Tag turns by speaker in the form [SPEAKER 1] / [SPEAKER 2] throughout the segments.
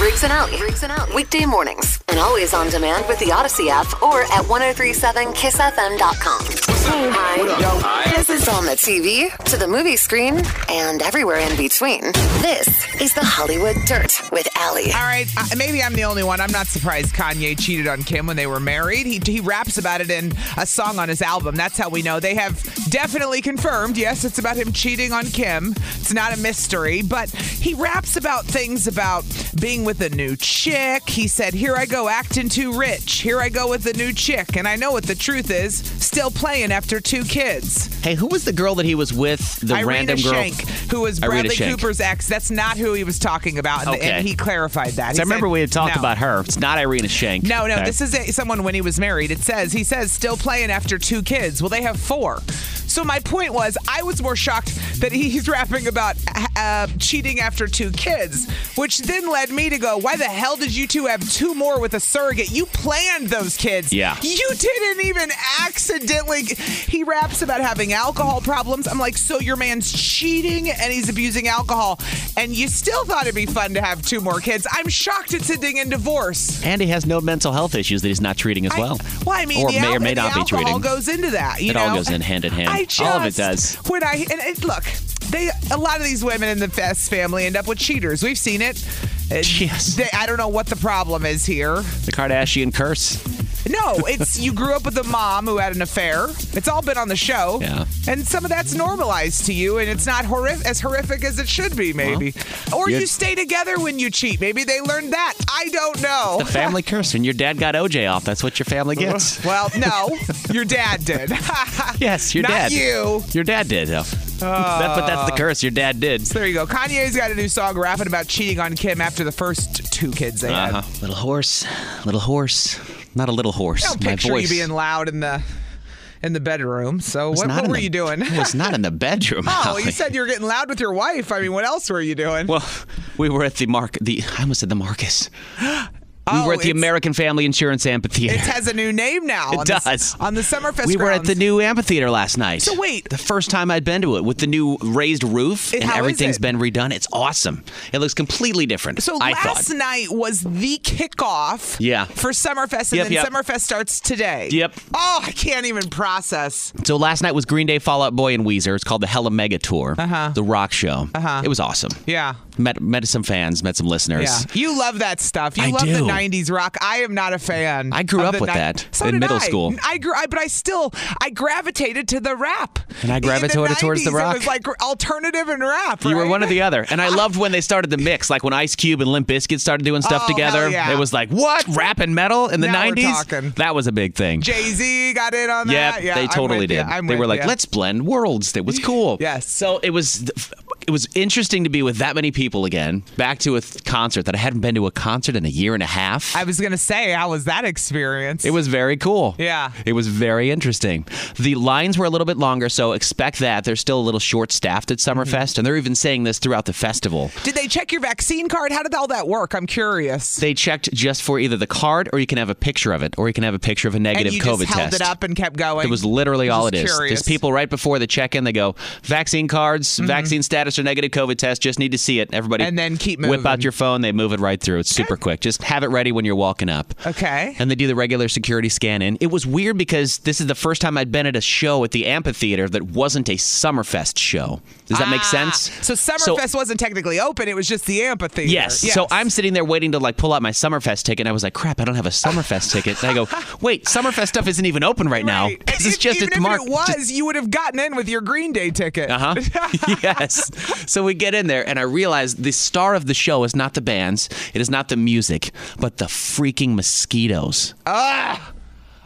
[SPEAKER 1] Riggs and Out. Riggs and Out. Weekday mornings. And always on demand with the Odyssey app or at 1037kissfm.com. Hey. Hi. Yo. Hi. This is on the TV, to the movie screen, and everywhere in between. This is the Hollywood Dirt with Allie.
[SPEAKER 2] All right. Uh, maybe I'm the only one. I'm not surprised Kanye cheated on Kim when they were married. He, he raps about it in a song on his album. That's how we know. They have definitely confirmed yes, it's about him cheating on Kim. It's not a mystery, but he raps about things about being with a new chick. He said, Here I go acting too rich. Here I go with a new chick. And I know what the truth is still playing after two kids.
[SPEAKER 3] Hey, who was the girl that he was with? The
[SPEAKER 2] Irina
[SPEAKER 3] random girl.
[SPEAKER 2] Shank, who was
[SPEAKER 3] Irina
[SPEAKER 2] Bradley
[SPEAKER 3] Shank.
[SPEAKER 2] Cooper's ex. That's not who he was talking about. And,
[SPEAKER 3] Okay.
[SPEAKER 2] and he clarified that. He
[SPEAKER 3] So I remember
[SPEAKER 2] said,
[SPEAKER 3] we had talked
[SPEAKER 2] "No."
[SPEAKER 3] about her. It's not Irina Shank.
[SPEAKER 2] No, no,
[SPEAKER 3] Okay.
[SPEAKER 2] this is a, someone when he was married. It says, he says, still playing after two kids. Well, they have four. So my point was, I was more shocked that he- he's rapping about uh, cheating after two kids, which then led me to go, why the hell did you two have two more with a surrogate? You planned those kids.
[SPEAKER 3] Yeah.
[SPEAKER 2] You didn't even accidentally. He raps about having alcohol problems. I'm like, so your man's cheating and he's abusing alcohol, and you still thought it'd be fun to have two more kids. I'm shocked it's ending in divorce.
[SPEAKER 3] And he has no mental health issues that he's not treating as
[SPEAKER 2] I-
[SPEAKER 3] well.
[SPEAKER 2] well, I mean,
[SPEAKER 3] or
[SPEAKER 2] the
[SPEAKER 3] may
[SPEAKER 2] al-
[SPEAKER 3] or may
[SPEAKER 2] the
[SPEAKER 3] not be
[SPEAKER 2] alcohol
[SPEAKER 3] treating.
[SPEAKER 2] goes into that. You
[SPEAKER 3] It
[SPEAKER 2] know?
[SPEAKER 3] all goes in hand in hand.
[SPEAKER 2] I
[SPEAKER 3] All of it
[SPEAKER 2] just-
[SPEAKER 3] does.
[SPEAKER 2] When I and it, look, they a lot of these women in the Fest family end up with cheaters. We've seen it. Uh,
[SPEAKER 3] Yes.
[SPEAKER 2] They, I don't know what the problem is here.
[SPEAKER 3] The Kardashian curse.
[SPEAKER 2] No, it's you grew up with a mom who had an affair. It's all been on the show.
[SPEAKER 3] Yeah.
[SPEAKER 2] And some of that's normalized to you, and it's not horrific as horrific as it should be, maybe. or
[SPEAKER 3] you're-
[SPEAKER 2] you stay together when you cheat. Maybe they learned that. I don't know.
[SPEAKER 3] The family curse. When your dad got OJ off, that's what your family gets.
[SPEAKER 2] Well, no, your dad did.
[SPEAKER 3] Yes, your
[SPEAKER 2] Not
[SPEAKER 3] dad.
[SPEAKER 2] you. Oh.
[SPEAKER 3] Your dad did, though. That- but that's the curse. Your dad did.
[SPEAKER 2] There you go. Kanye's got a new song rapping about cheating on Kim after the first two kids they had.
[SPEAKER 3] Uh-huh. Little horse. Little horse. Not a little horse.
[SPEAKER 2] I don't
[SPEAKER 3] My
[SPEAKER 2] picture
[SPEAKER 3] voice.
[SPEAKER 2] you being loud in the in the bedroom. So
[SPEAKER 3] was
[SPEAKER 2] what,
[SPEAKER 3] not
[SPEAKER 2] what
[SPEAKER 3] in
[SPEAKER 2] were
[SPEAKER 3] the-
[SPEAKER 2] you doing?
[SPEAKER 3] I was not in the bedroom.
[SPEAKER 2] Oh,
[SPEAKER 3] Holly.
[SPEAKER 2] you said you were getting loud with your wife. I mean, what else were you doing?
[SPEAKER 3] Well, we were at the Mark. The I almost said the Marcus. We
[SPEAKER 2] Oh,
[SPEAKER 3] were at the
[SPEAKER 2] it's-
[SPEAKER 3] American Family Insurance Amphitheater.
[SPEAKER 2] it has a new name now.
[SPEAKER 3] It
[SPEAKER 2] on The,
[SPEAKER 3] does.
[SPEAKER 2] s- on the Summerfest
[SPEAKER 3] we were at
[SPEAKER 2] grounds.
[SPEAKER 3] the new amphitheater last night.
[SPEAKER 2] So wait.
[SPEAKER 3] the first time I'd been to it with the new raised roof
[SPEAKER 2] It-
[SPEAKER 3] and
[SPEAKER 2] how is
[SPEAKER 3] everything's
[SPEAKER 2] it?
[SPEAKER 3] been redone. It's awesome. It looks completely different.
[SPEAKER 2] So
[SPEAKER 3] I
[SPEAKER 2] last
[SPEAKER 3] thought.
[SPEAKER 2] night was the kickoff
[SPEAKER 3] Yeah.
[SPEAKER 2] for Summerfest, and
[SPEAKER 3] Yep,
[SPEAKER 2] then
[SPEAKER 3] yep.
[SPEAKER 2] Summerfest starts today.
[SPEAKER 3] Yep.
[SPEAKER 2] Oh, I can't even process.
[SPEAKER 3] So last night was Green Day, Fallout Boy, and Weezer. It's called the Hella Mega Tour, uh-huh. the rock show. Uh-huh. It was awesome.
[SPEAKER 2] Yeah.
[SPEAKER 3] Met met some fans, met some listeners.
[SPEAKER 2] Yeah, you love that stuff. You
[SPEAKER 3] I
[SPEAKER 2] love the
[SPEAKER 3] do.
[SPEAKER 2] '90s rock. I am not a fan.
[SPEAKER 3] I grew
[SPEAKER 2] of
[SPEAKER 3] up
[SPEAKER 2] the
[SPEAKER 3] with
[SPEAKER 2] ni-
[SPEAKER 3] that
[SPEAKER 2] so
[SPEAKER 3] in
[SPEAKER 2] did
[SPEAKER 3] middle
[SPEAKER 2] I.
[SPEAKER 3] school.
[SPEAKER 2] I grew, I, but I still I gravitated to the rap.
[SPEAKER 3] And I
[SPEAKER 2] In the
[SPEAKER 3] gravitated towards the
[SPEAKER 2] 90s,
[SPEAKER 3] rock.
[SPEAKER 2] It was like alternative and rap.
[SPEAKER 3] You were
[SPEAKER 2] right?
[SPEAKER 3] one or the other. And I loved when they started the mix, like when Ice Cube and Limp Bizkit started doing stuff
[SPEAKER 2] Oh,
[SPEAKER 3] together.
[SPEAKER 2] hell yeah.
[SPEAKER 3] It was like, what? Rap and metal in the
[SPEAKER 2] Now we're
[SPEAKER 3] 90s?
[SPEAKER 2] talking.
[SPEAKER 3] That was a big thing.
[SPEAKER 2] Jay Z got in on
[SPEAKER 3] Yep,
[SPEAKER 2] that. Yeah,
[SPEAKER 3] they
[SPEAKER 2] I'm
[SPEAKER 3] totally
[SPEAKER 2] with ya.
[SPEAKER 3] did.
[SPEAKER 2] I'm
[SPEAKER 3] They
[SPEAKER 2] with
[SPEAKER 3] were like,
[SPEAKER 2] ya.
[SPEAKER 3] let's blend worlds. That was cool.
[SPEAKER 2] Yes.
[SPEAKER 3] So it was it was interesting to be with that many people again, back to a th- concert that I hadn't been to a concert in a year and a half.
[SPEAKER 2] I was gonna say, how was that experience?
[SPEAKER 3] It was very cool.
[SPEAKER 2] Yeah.
[SPEAKER 3] It was very interesting. The lines were a little bit longer, so expect that. They're still a little short staffed at Summerfest,
[SPEAKER 2] Mm-hmm.
[SPEAKER 3] and they're even saying this throughout the festival.
[SPEAKER 2] Did they check your vaccine card? How did all that work? I'm curious.
[SPEAKER 3] They checked just for either the card or you can have a picture of it, or you can have a picture of a negative
[SPEAKER 2] and you
[SPEAKER 3] COVID
[SPEAKER 2] just held
[SPEAKER 3] test.
[SPEAKER 2] it up and kept going.
[SPEAKER 3] It was literally all
[SPEAKER 2] Just
[SPEAKER 3] it is.
[SPEAKER 2] curious. Mm-hmm.
[SPEAKER 3] There's people right before the check in, they go, vaccine cards, vaccine status status or negative COVID test. Just need to see it. Everybody,
[SPEAKER 2] And then keep
[SPEAKER 3] Whip out
[SPEAKER 2] moving.
[SPEAKER 3] your phone. They move it right through. It's super quick. Just have it ready when you're walking up.
[SPEAKER 2] Okay.
[SPEAKER 3] And they do the regular security scan in. It was weird because this is the first time I'd been at a show at the amphitheater that wasn't a Summerfest show. Does that make sense?
[SPEAKER 2] Ah. So Summerfest wasn't technically open; it was just the amphitheater.
[SPEAKER 3] Yes. So I'm sitting there waiting to like pull out my Summerfest ticket. And I was like, crap, I don't have a Summerfest ticket. And I go, wait, Summerfest stuff isn't even open right, now.
[SPEAKER 2] Right. And
[SPEAKER 3] This is
[SPEAKER 2] if-
[SPEAKER 3] just
[SPEAKER 2] even
[SPEAKER 3] at the
[SPEAKER 2] if
[SPEAKER 3] mark.
[SPEAKER 2] it was, you would have gotten in with your Green Day ticket.
[SPEAKER 3] Uh huh. yes. So we get in there, and I realize the star of the show is not the bands, it is not the music, but the freaking mosquitoes. Ah!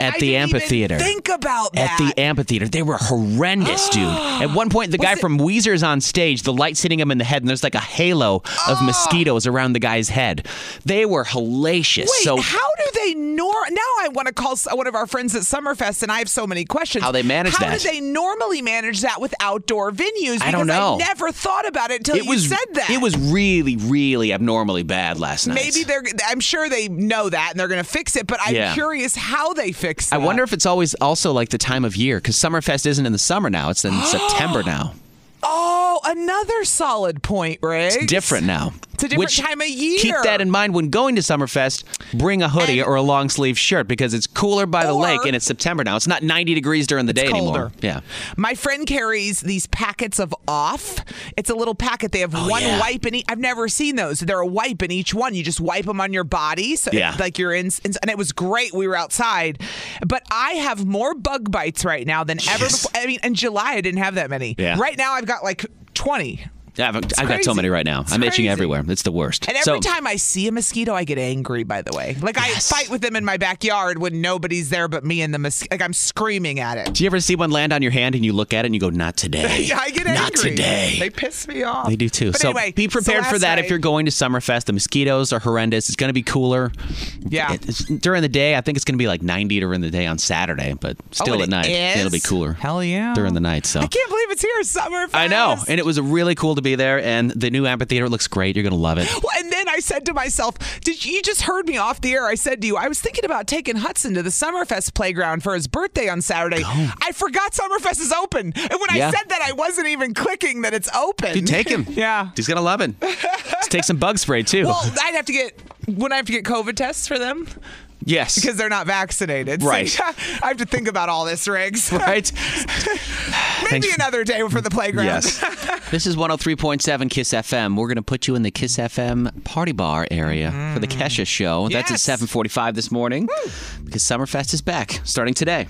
[SPEAKER 3] At
[SPEAKER 2] I
[SPEAKER 3] the
[SPEAKER 2] didn't even
[SPEAKER 3] amphitheater.
[SPEAKER 2] think about
[SPEAKER 3] At
[SPEAKER 2] that.
[SPEAKER 3] the amphitheater. They were horrendous, dude. At one point, the guy from Weezer's on stage, the light's hitting him in the head, and there's like a halo of
[SPEAKER 2] Oh.
[SPEAKER 3] mosquitoes around the guy's head. They were hellacious.
[SPEAKER 2] Wait,
[SPEAKER 3] so
[SPEAKER 2] how do they nor? Now I want to call s- one of our friends at Summerfest, and I have so many questions.
[SPEAKER 3] How they manage
[SPEAKER 2] How
[SPEAKER 3] that.
[SPEAKER 2] do they normally manage that with outdoor venues? Because
[SPEAKER 3] I don't know.
[SPEAKER 2] I never thought about it until
[SPEAKER 3] it
[SPEAKER 2] you
[SPEAKER 3] was
[SPEAKER 2] said that.
[SPEAKER 3] it was really, really abnormally bad last night.
[SPEAKER 2] Maybe they're. I'm sure they know that, and they're going to fix it. But I'm
[SPEAKER 3] Yeah.
[SPEAKER 2] curious how they fix.
[SPEAKER 3] I
[SPEAKER 2] That.
[SPEAKER 3] wonder if it's always also like the time of year because Summerfest isn't in the summer now; it's in September now.
[SPEAKER 2] Oh, another solid point, Riggs.
[SPEAKER 3] It's different now.
[SPEAKER 2] It's a different
[SPEAKER 3] Which,
[SPEAKER 2] time of year.
[SPEAKER 3] Keep that in mind when going to Summerfest. Bring a hoodie or a long sleeve shirt because it's cooler by the
[SPEAKER 2] Or-
[SPEAKER 3] lake and it's September now. It's not 90 degrees during the day anymore.
[SPEAKER 2] colder.
[SPEAKER 3] Yeah.
[SPEAKER 2] My friend carries these packets of off. It's a little packet. They have one
[SPEAKER 3] Oh, yeah.
[SPEAKER 2] wipe in each. I've never seen those. They're a wipe in each one. You just wipe them on your body. So
[SPEAKER 3] Yeah.
[SPEAKER 2] it- like you're in, in- And it was great. We were outside, but I have more bug bites right now than ever
[SPEAKER 3] Yes.
[SPEAKER 2] before. I mean, in July I didn't have that many.
[SPEAKER 3] Yeah.
[SPEAKER 2] Right now I've got like twenty.
[SPEAKER 3] I've, I've got so
[SPEAKER 2] crazy.
[SPEAKER 3] many right now.
[SPEAKER 2] It's
[SPEAKER 3] I'm itching
[SPEAKER 2] crazy.
[SPEAKER 3] everywhere. It's the worst.
[SPEAKER 2] And
[SPEAKER 3] so,
[SPEAKER 2] every time I see a mosquito, I get angry. By the way, like
[SPEAKER 3] Yes.
[SPEAKER 2] I fight with them in my backyard when nobody's there but me and the mosquito. Like I'm screaming at it.
[SPEAKER 3] do you ever see one land on your hand and you look at it and you go, "Not today.
[SPEAKER 2] Yeah, I get angry.
[SPEAKER 3] Not today."
[SPEAKER 2] They piss me off.
[SPEAKER 3] They do too.
[SPEAKER 2] But
[SPEAKER 3] so
[SPEAKER 2] anyway,
[SPEAKER 3] be
[SPEAKER 2] so
[SPEAKER 3] prepared for
[SPEAKER 2] last
[SPEAKER 3] that if
[SPEAKER 2] night-
[SPEAKER 3] you're going to Summerfest. The mosquitoes are horrendous. It's going to be cooler.
[SPEAKER 2] Yeah.
[SPEAKER 3] It- it's- during the day, I think it's going to be like 90 during the day on Saturday, but still
[SPEAKER 2] Oh, and
[SPEAKER 3] at
[SPEAKER 2] it
[SPEAKER 3] night it'll be
[SPEAKER 2] is?
[SPEAKER 3] cooler.
[SPEAKER 2] Hell yeah.
[SPEAKER 3] During the night, so
[SPEAKER 2] I can't believe it's here, Summerfest.
[SPEAKER 3] I know, and it was really cool to be there. And the new amphitheater looks great. You're going to love it.
[SPEAKER 2] Well, and then I said to myself, "Did you, you just heard me off the air?" I said to you, "I was thinking about taking Hudson to the Summerfest playground for his birthday on Saturday. I forgot Summerfest is open, and when
[SPEAKER 3] Yeah.
[SPEAKER 2] I said that, I wasn't even clicking that it's open.
[SPEAKER 3] Dude, take him.
[SPEAKER 2] yeah.
[SPEAKER 3] he's going to love it. Let's take some bug spray too.
[SPEAKER 2] Well, I'd have to get. Would I have to get COVID tests for them
[SPEAKER 3] yes,
[SPEAKER 2] because they're not vaccinated? So,
[SPEAKER 3] Right.
[SPEAKER 2] I have to think about all this, Riggs.
[SPEAKER 3] right.
[SPEAKER 2] Maybe
[SPEAKER 3] Thanks.
[SPEAKER 2] another day for the playground.
[SPEAKER 3] Yes. this is 103.7 Kiss FM. We're going to put you in the Kiss FM party bar area for the Kesha show.
[SPEAKER 2] Mm. Yes.
[SPEAKER 3] That's at 7:45 this morning because Summerfest is back starting today.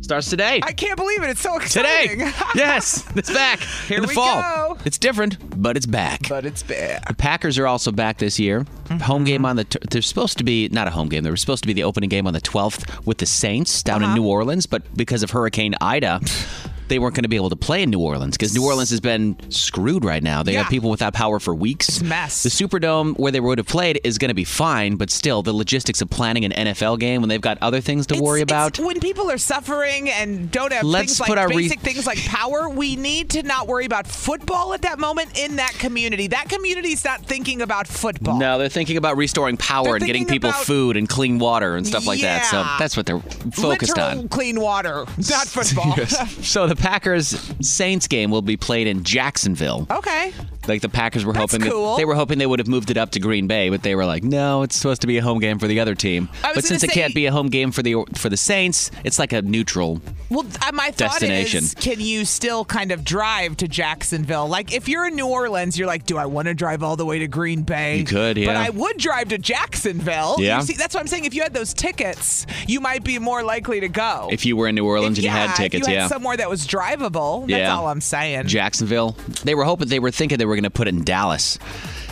[SPEAKER 3] Starts today.
[SPEAKER 2] I can't believe it. It's so
[SPEAKER 3] today.
[SPEAKER 2] exciting.
[SPEAKER 3] yes, it's back
[SPEAKER 2] Here
[SPEAKER 3] in the
[SPEAKER 2] we
[SPEAKER 3] fall.
[SPEAKER 2] go.
[SPEAKER 3] It's different, but it's back.
[SPEAKER 2] But it's bad.
[SPEAKER 3] The Packers are also back this year.
[SPEAKER 2] Mm-hmm.
[SPEAKER 3] Home game on the t- they're supposed to be not a home game. They were supposed to be the opening game on the 12th with the Saints down
[SPEAKER 2] Uh-huh.
[SPEAKER 3] in New Orleans, but because of Hurricane Ida, they weren't going to be able to play in New Orleans because New Orleans has been screwed right now. They
[SPEAKER 2] Yeah.
[SPEAKER 3] have people without power for weeks. It's
[SPEAKER 2] a mess.
[SPEAKER 3] The Superdome where they would have played is going to be fine, but still the logistics of planning an NFL game when they've got other things to worry
[SPEAKER 2] It's-
[SPEAKER 3] about.
[SPEAKER 2] it's when people are suffering and don't have
[SPEAKER 3] Let's
[SPEAKER 2] things like
[SPEAKER 3] put our re-
[SPEAKER 2] basic things like power. We need to not worry about football at that moment in that community. That community is not thinking about football.
[SPEAKER 3] No, they're thinking about restoring power
[SPEAKER 2] They're
[SPEAKER 3] and getting
[SPEAKER 2] thinking
[SPEAKER 3] people
[SPEAKER 2] about-
[SPEAKER 3] food and clean water and stuff like that. So
[SPEAKER 2] Yeah.
[SPEAKER 3] that's what they're focused
[SPEAKER 2] Literal
[SPEAKER 3] on.
[SPEAKER 2] clean water, not football.
[SPEAKER 3] Yes. So the Packers Saints game will be played in Jacksonville.
[SPEAKER 2] okay.
[SPEAKER 3] Like the Packers were
[SPEAKER 2] Oh. That's
[SPEAKER 3] hoping that-
[SPEAKER 2] cool.
[SPEAKER 3] they were hoping they would have moved it up to Green Bay, but they were like, "No, it's supposed to be a home game for the other team."
[SPEAKER 2] I was
[SPEAKER 3] But
[SPEAKER 2] gonna
[SPEAKER 3] since it
[SPEAKER 2] say-
[SPEAKER 3] can't be a home game for the for the Saints, it's like a neutral.
[SPEAKER 2] Well, uh, my thought
[SPEAKER 3] Destination.
[SPEAKER 2] is, can you still kind of drive to Jacksonville? Like, if you're in New Orleans, you're like, do I want to drive all the way to Green Bay?
[SPEAKER 3] You could,
[SPEAKER 2] But
[SPEAKER 3] yeah.
[SPEAKER 2] I would drive to Jacksonville.
[SPEAKER 3] Yeah.
[SPEAKER 2] You see, that's what I'm saying. If you had those tickets, you might be more likely to go.
[SPEAKER 3] If you were in New Orleans and you had
[SPEAKER 2] if
[SPEAKER 3] tickets,
[SPEAKER 2] you had
[SPEAKER 3] yeah.
[SPEAKER 2] somewhere that was drivable. That's
[SPEAKER 3] Yeah.
[SPEAKER 2] all I'm saying.
[SPEAKER 3] Jacksonville. They were hoping they were thinking they were going to put it in Dallas.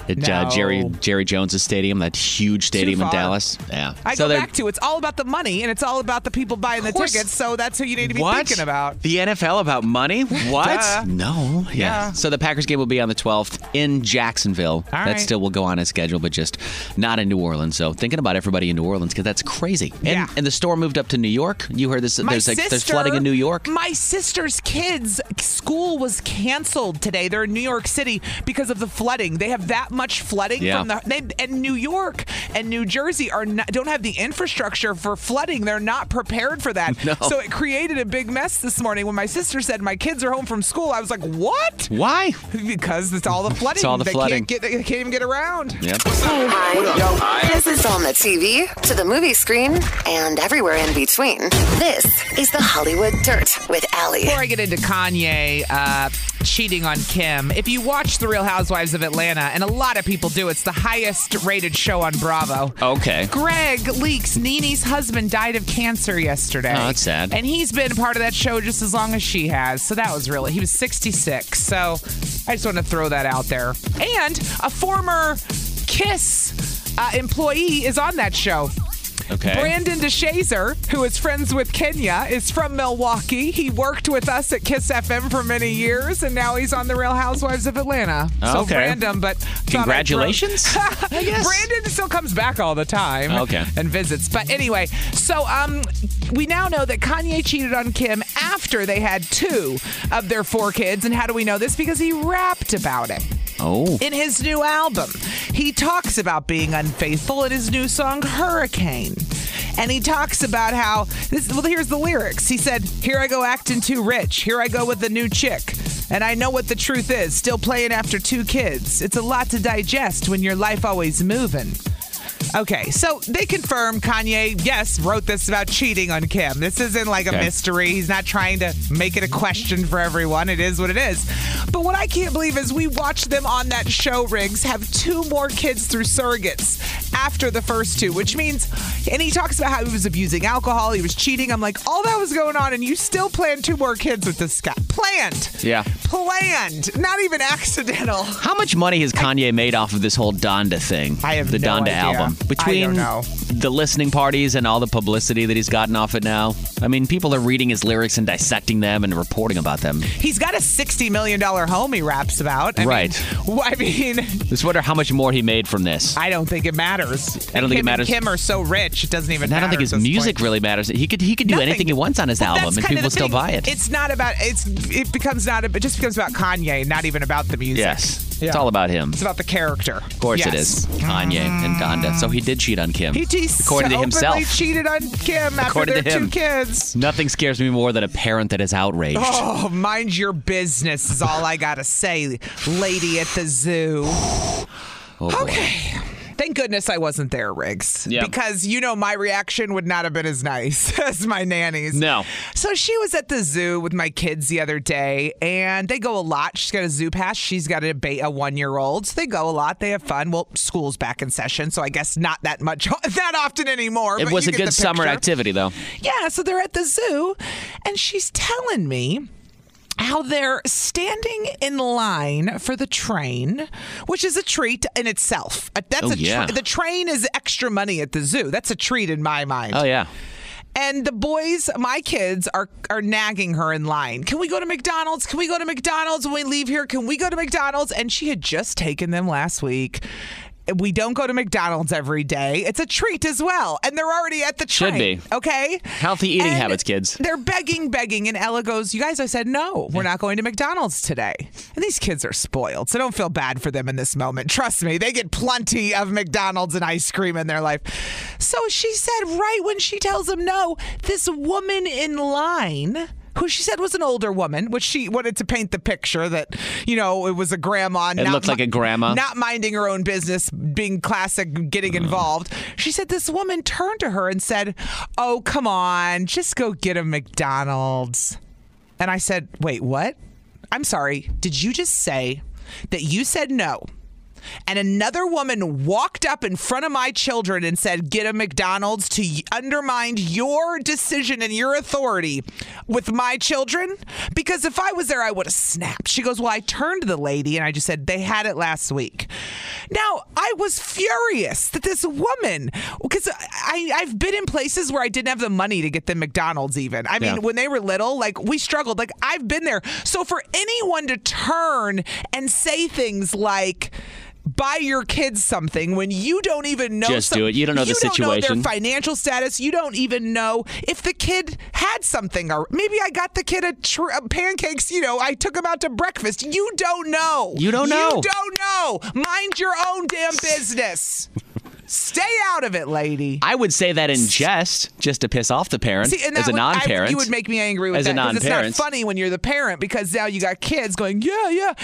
[SPEAKER 3] At uh,
[SPEAKER 2] No.
[SPEAKER 3] Jerry Jerry Jones's stadium, that huge stadium in
[SPEAKER 2] far.
[SPEAKER 3] Dallas. Yeah.
[SPEAKER 2] I
[SPEAKER 3] so
[SPEAKER 2] go
[SPEAKER 3] they're
[SPEAKER 2] back to it's all about the money and it's all about the people buying the
[SPEAKER 3] course.
[SPEAKER 2] tickets. So that's who you need to be
[SPEAKER 3] what?
[SPEAKER 2] thinking about.
[SPEAKER 3] The NFL about money? What?
[SPEAKER 2] Duh.
[SPEAKER 3] No. Yeah.
[SPEAKER 2] Yeah.
[SPEAKER 3] So the Packers game will be on the 12th in Jacksonville. that
[SPEAKER 2] right.
[SPEAKER 3] still will go on as schedule, but just not in New Orleans. So thinking about everybody in New Orleans because that's crazy. And,
[SPEAKER 2] Yeah.
[SPEAKER 3] and the store moved up to New York. You heard this?
[SPEAKER 2] My
[SPEAKER 3] there's like,
[SPEAKER 2] sister,
[SPEAKER 3] there's flooding in New York.
[SPEAKER 2] My sister's kids' school was canceled today. They're in New York City because of the flooding. They have that much flooding
[SPEAKER 3] Yeah.
[SPEAKER 2] from the they, and New York and New Jersey are not, don't have the infrastructure for flooding. They're not prepared for that.
[SPEAKER 3] No.
[SPEAKER 2] So it created a big mess this morning when my sister said my kids are home from school. I was like, "What?"
[SPEAKER 3] Why?
[SPEAKER 2] Because it's all the flooding.
[SPEAKER 3] all the
[SPEAKER 2] they
[SPEAKER 3] flooding.
[SPEAKER 2] Can't get, they can't even get around.
[SPEAKER 3] Yep.
[SPEAKER 1] This is on the TV, to the movie screen, and everywhere in between. This is the Hollywood Dirt with Allie.
[SPEAKER 2] Before I get into Kanye uh, cheating on Kim, if you watch The Real Housewives of Atlanta, and a lot of people do, it's the highest rated show on Bravo.
[SPEAKER 3] Okay.
[SPEAKER 2] Greg leaks Nini's husband died of cancer yesterday.
[SPEAKER 3] Oh, that's sad.
[SPEAKER 2] And he's been part of that show just as long as she has. So that was really, he was 66. So I just want to throw that out there. And a former Kiss uh, employee is on that show.
[SPEAKER 3] Okay.
[SPEAKER 2] Brandon DeShazer, who is friends with Kenya, is from Milwaukee. He worked with us at Kiss FM for many years, and now he's on The Real Housewives of Atlanta.
[SPEAKER 3] Okay.
[SPEAKER 2] So random, but thought I'd throw-
[SPEAKER 3] Congratulations, I guess.
[SPEAKER 2] Brandon still comes back all the time.
[SPEAKER 3] Okay.
[SPEAKER 2] And visits. But anyway, so um, we now know that Kanye cheated on Kim after they had two of their four kids. And how do we know this? Because he rapped about it.
[SPEAKER 3] Oh.
[SPEAKER 2] In his new album, he talks about being unfaithful in his new song Hurricane. And he talks about how this well here's the lyrics. He said, "Here I go acting too rich. Here I go with a new chick. And I know what the truth is. Still playing after two kids. It's a lot to digest when your life always moving." Okay, so they confirm Kanye, yes, wrote this about cheating on Kim. This isn't like a
[SPEAKER 3] Okay.
[SPEAKER 2] mystery. He's not trying to make it a question for everyone. It is what it is. But what I can't believe is we watched them on that show, Riggs, have two more kids through surrogates after the first two, which means, and he talks about how he was abusing alcohol, he was cheating. I'm like, all that was going on, and you still planned two more kids with this guy. Planned.
[SPEAKER 3] Yeah.
[SPEAKER 2] Planned. Not even accidental.
[SPEAKER 3] How much money has Kanye made off of this whole Donda thing?
[SPEAKER 2] I have
[SPEAKER 3] the
[SPEAKER 2] no
[SPEAKER 3] Donda
[SPEAKER 2] idea.
[SPEAKER 3] album.
[SPEAKER 2] I don't
[SPEAKER 3] Between
[SPEAKER 2] know.
[SPEAKER 3] the listening parties and all the publicity that he's gotten off it now. I mean, people are reading his lyrics and dissecting them and reporting about them.
[SPEAKER 2] He's got a sixty million dollar home he raps about. I
[SPEAKER 3] Right.
[SPEAKER 2] Mean, wh- I mean,
[SPEAKER 3] Just wonder how much more he made from this.
[SPEAKER 2] I don't think it matters.
[SPEAKER 3] I don't think it
[SPEAKER 2] Him
[SPEAKER 3] matters.
[SPEAKER 2] And Kim are so rich, it doesn't even.
[SPEAKER 3] And I don't
[SPEAKER 2] matter
[SPEAKER 3] think
[SPEAKER 2] at
[SPEAKER 3] his
[SPEAKER 2] this
[SPEAKER 3] music
[SPEAKER 2] point.
[SPEAKER 3] really matters. He could he could do
[SPEAKER 2] Nothing.
[SPEAKER 3] anything he wants on his
[SPEAKER 2] Well,
[SPEAKER 3] album
[SPEAKER 2] that's
[SPEAKER 3] and
[SPEAKER 2] kinda
[SPEAKER 3] people
[SPEAKER 2] the
[SPEAKER 3] still
[SPEAKER 2] thing.
[SPEAKER 3] buy it.
[SPEAKER 2] It's not about. It's it becomes not. It just becomes about Kanye, not even about the music.
[SPEAKER 3] yes.
[SPEAKER 2] Yeah.
[SPEAKER 3] It's all about him.
[SPEAKER 2] It's about the character.
[SPEAKER 3] Of course it is. Kanye and Donda. So he did cheat on Kim.
[SPEAKER 2] He, he
[SPEAKER 3] according to
[SPEAKER 2] openly
[SPEAKER 3] himself.
[SPEAKER 2] cheated on Kim after
[SPEAKER 3] According to
[SPEAKER 2] their two
[SPEAKER 3] him.
[SPEAKER 2] kids.
[SPEAKER 3] Nothing scares me more than a parent that is outraged.
[SPEAKER 2] Oh, mind your business is all I gotta say, lady at the zoo.
[SPEAKER 3] Oh, boy.
[SPEAKER 2] Okay. Thank goodness I wasn't there, Riggs.
[SPEAKER 3] Yeah.
[SPEAKER 2] Because you know my reaction would not have been as nice as my nanny's.
[SPEAKER 3] No.
[SPEAKER 2] So she was at the zoo with my kids the other day, and they go a lot. She's got a zoo pass. She's got a ba- a one year old. So they go a lot. They have fun. Well, school's back in session, so I guess not that much that often anymore.
[SPEAKER 3] It
[SPEAKER 2] but
[SPEAKER 3] was
[SPEAKER 2] you
[SPEAKER 3] a
[SPEAKER 2] get the
[SPEAKER 3] good summer
[SPEAKER 2] picture.
[SPEAKER 3] activity though.
[SPEAKER 2] Yeah, so they're at the zoo, and she's telling me how they're standing in line for the train, which is a treat in itself. Uh, That's
[SPEAKER 3] Oh,
[SPEAKER 2] a
[SPEAKER 3] yeah.
[SPEAKER 2] tre- the train is extra money at the zoo. That's a treat in my mind.
[SPEAKER 3] Oh yeah.
[SPEAKER 2] And the boys, my kids, are are nagging her in line. Can we go to McDonald's? Can we go to McDonald's when we leave here? Can we go to McDonald's? And she had just taken them last week. We don't go to McDonald's every day. It's a treat as well. And they're already at the train.
[SPEAKER 3] Should be.
[SPEAKER 2] Okay?
[SPEAKER 3] Healthy eating
[SPEAKER 2] And
[SPEAKER 3] habits, kids.
[SPEAKER 2] They're begging, begging. And Ella goes, You guys, I said, no, we're not going to McDonald's today. And these kids are spoiled. So don't feel bad for them in this moment. Trust me, they get plenty of McDonald's and ice cream in their life. So she said, right when she tells them no, this woman in line. Who she said was an older woman, which she wanted to paint the picture that, you know, it was a grandma. It
[SPEAKER 3] looked like a grandma.
[SPEAKER 2] Not minding her own business, being classic, getting involved. She said this woman turned to her and said, Oh, come on, just go get a McDonald's. And I said, Wait, what? I'm sorry. Did you just say that you said no? And another woman walked up in front of my children and said, Get a McDonald's to y- undermine your decision and your authority with my children? Because if I was there, I would have snapped. She goes, Well, I turned to the lady and I just said, They had it last week. Now, I was furious that this woman, because I, I've been in places where I didn't have the money to get them McDonald's, even. I mean,
[SPEAKER 3] Yeah.
[SPEAKER 2] when when they were little, like we struggled. Like I've been there. So for anyone to turn and say things like, buy your kids something when you don't even know.
[SPEAKER 3] Just do it. You don't know the situation.
[SPEAKER 2] their financial status. You don't even know if the kid had something. Or maybe I got the kid a, tr- a pancakes. You know, I took him out to breakfast. You don't know.
[SPEAKER 3] You don't know.
[SPEAKER 2] You don't know. Mind your own damn business. Stay out of it, lady.
[SPEAKER 3] I would say that in jest, just to piss off the parent
[SPEAKER 2] See, and
[SPEAKER 3] as
[SPEAKER 2] that
[SPEAKER 3] a
[SPEAKER 2] would- I-
[SPEAKER 3] non-parent.
[SPEAKER 2] you would make me angry with
[SPEAKER 3] as
[SPEAKER 2] that.
[SPEAKER 3] a
[SPEAKER 2] 'cause
[SPEAKER 3] non-parent.
[SPEAKER 2] It's not funny when you're the parent because now you got kids going, yeah, yeah.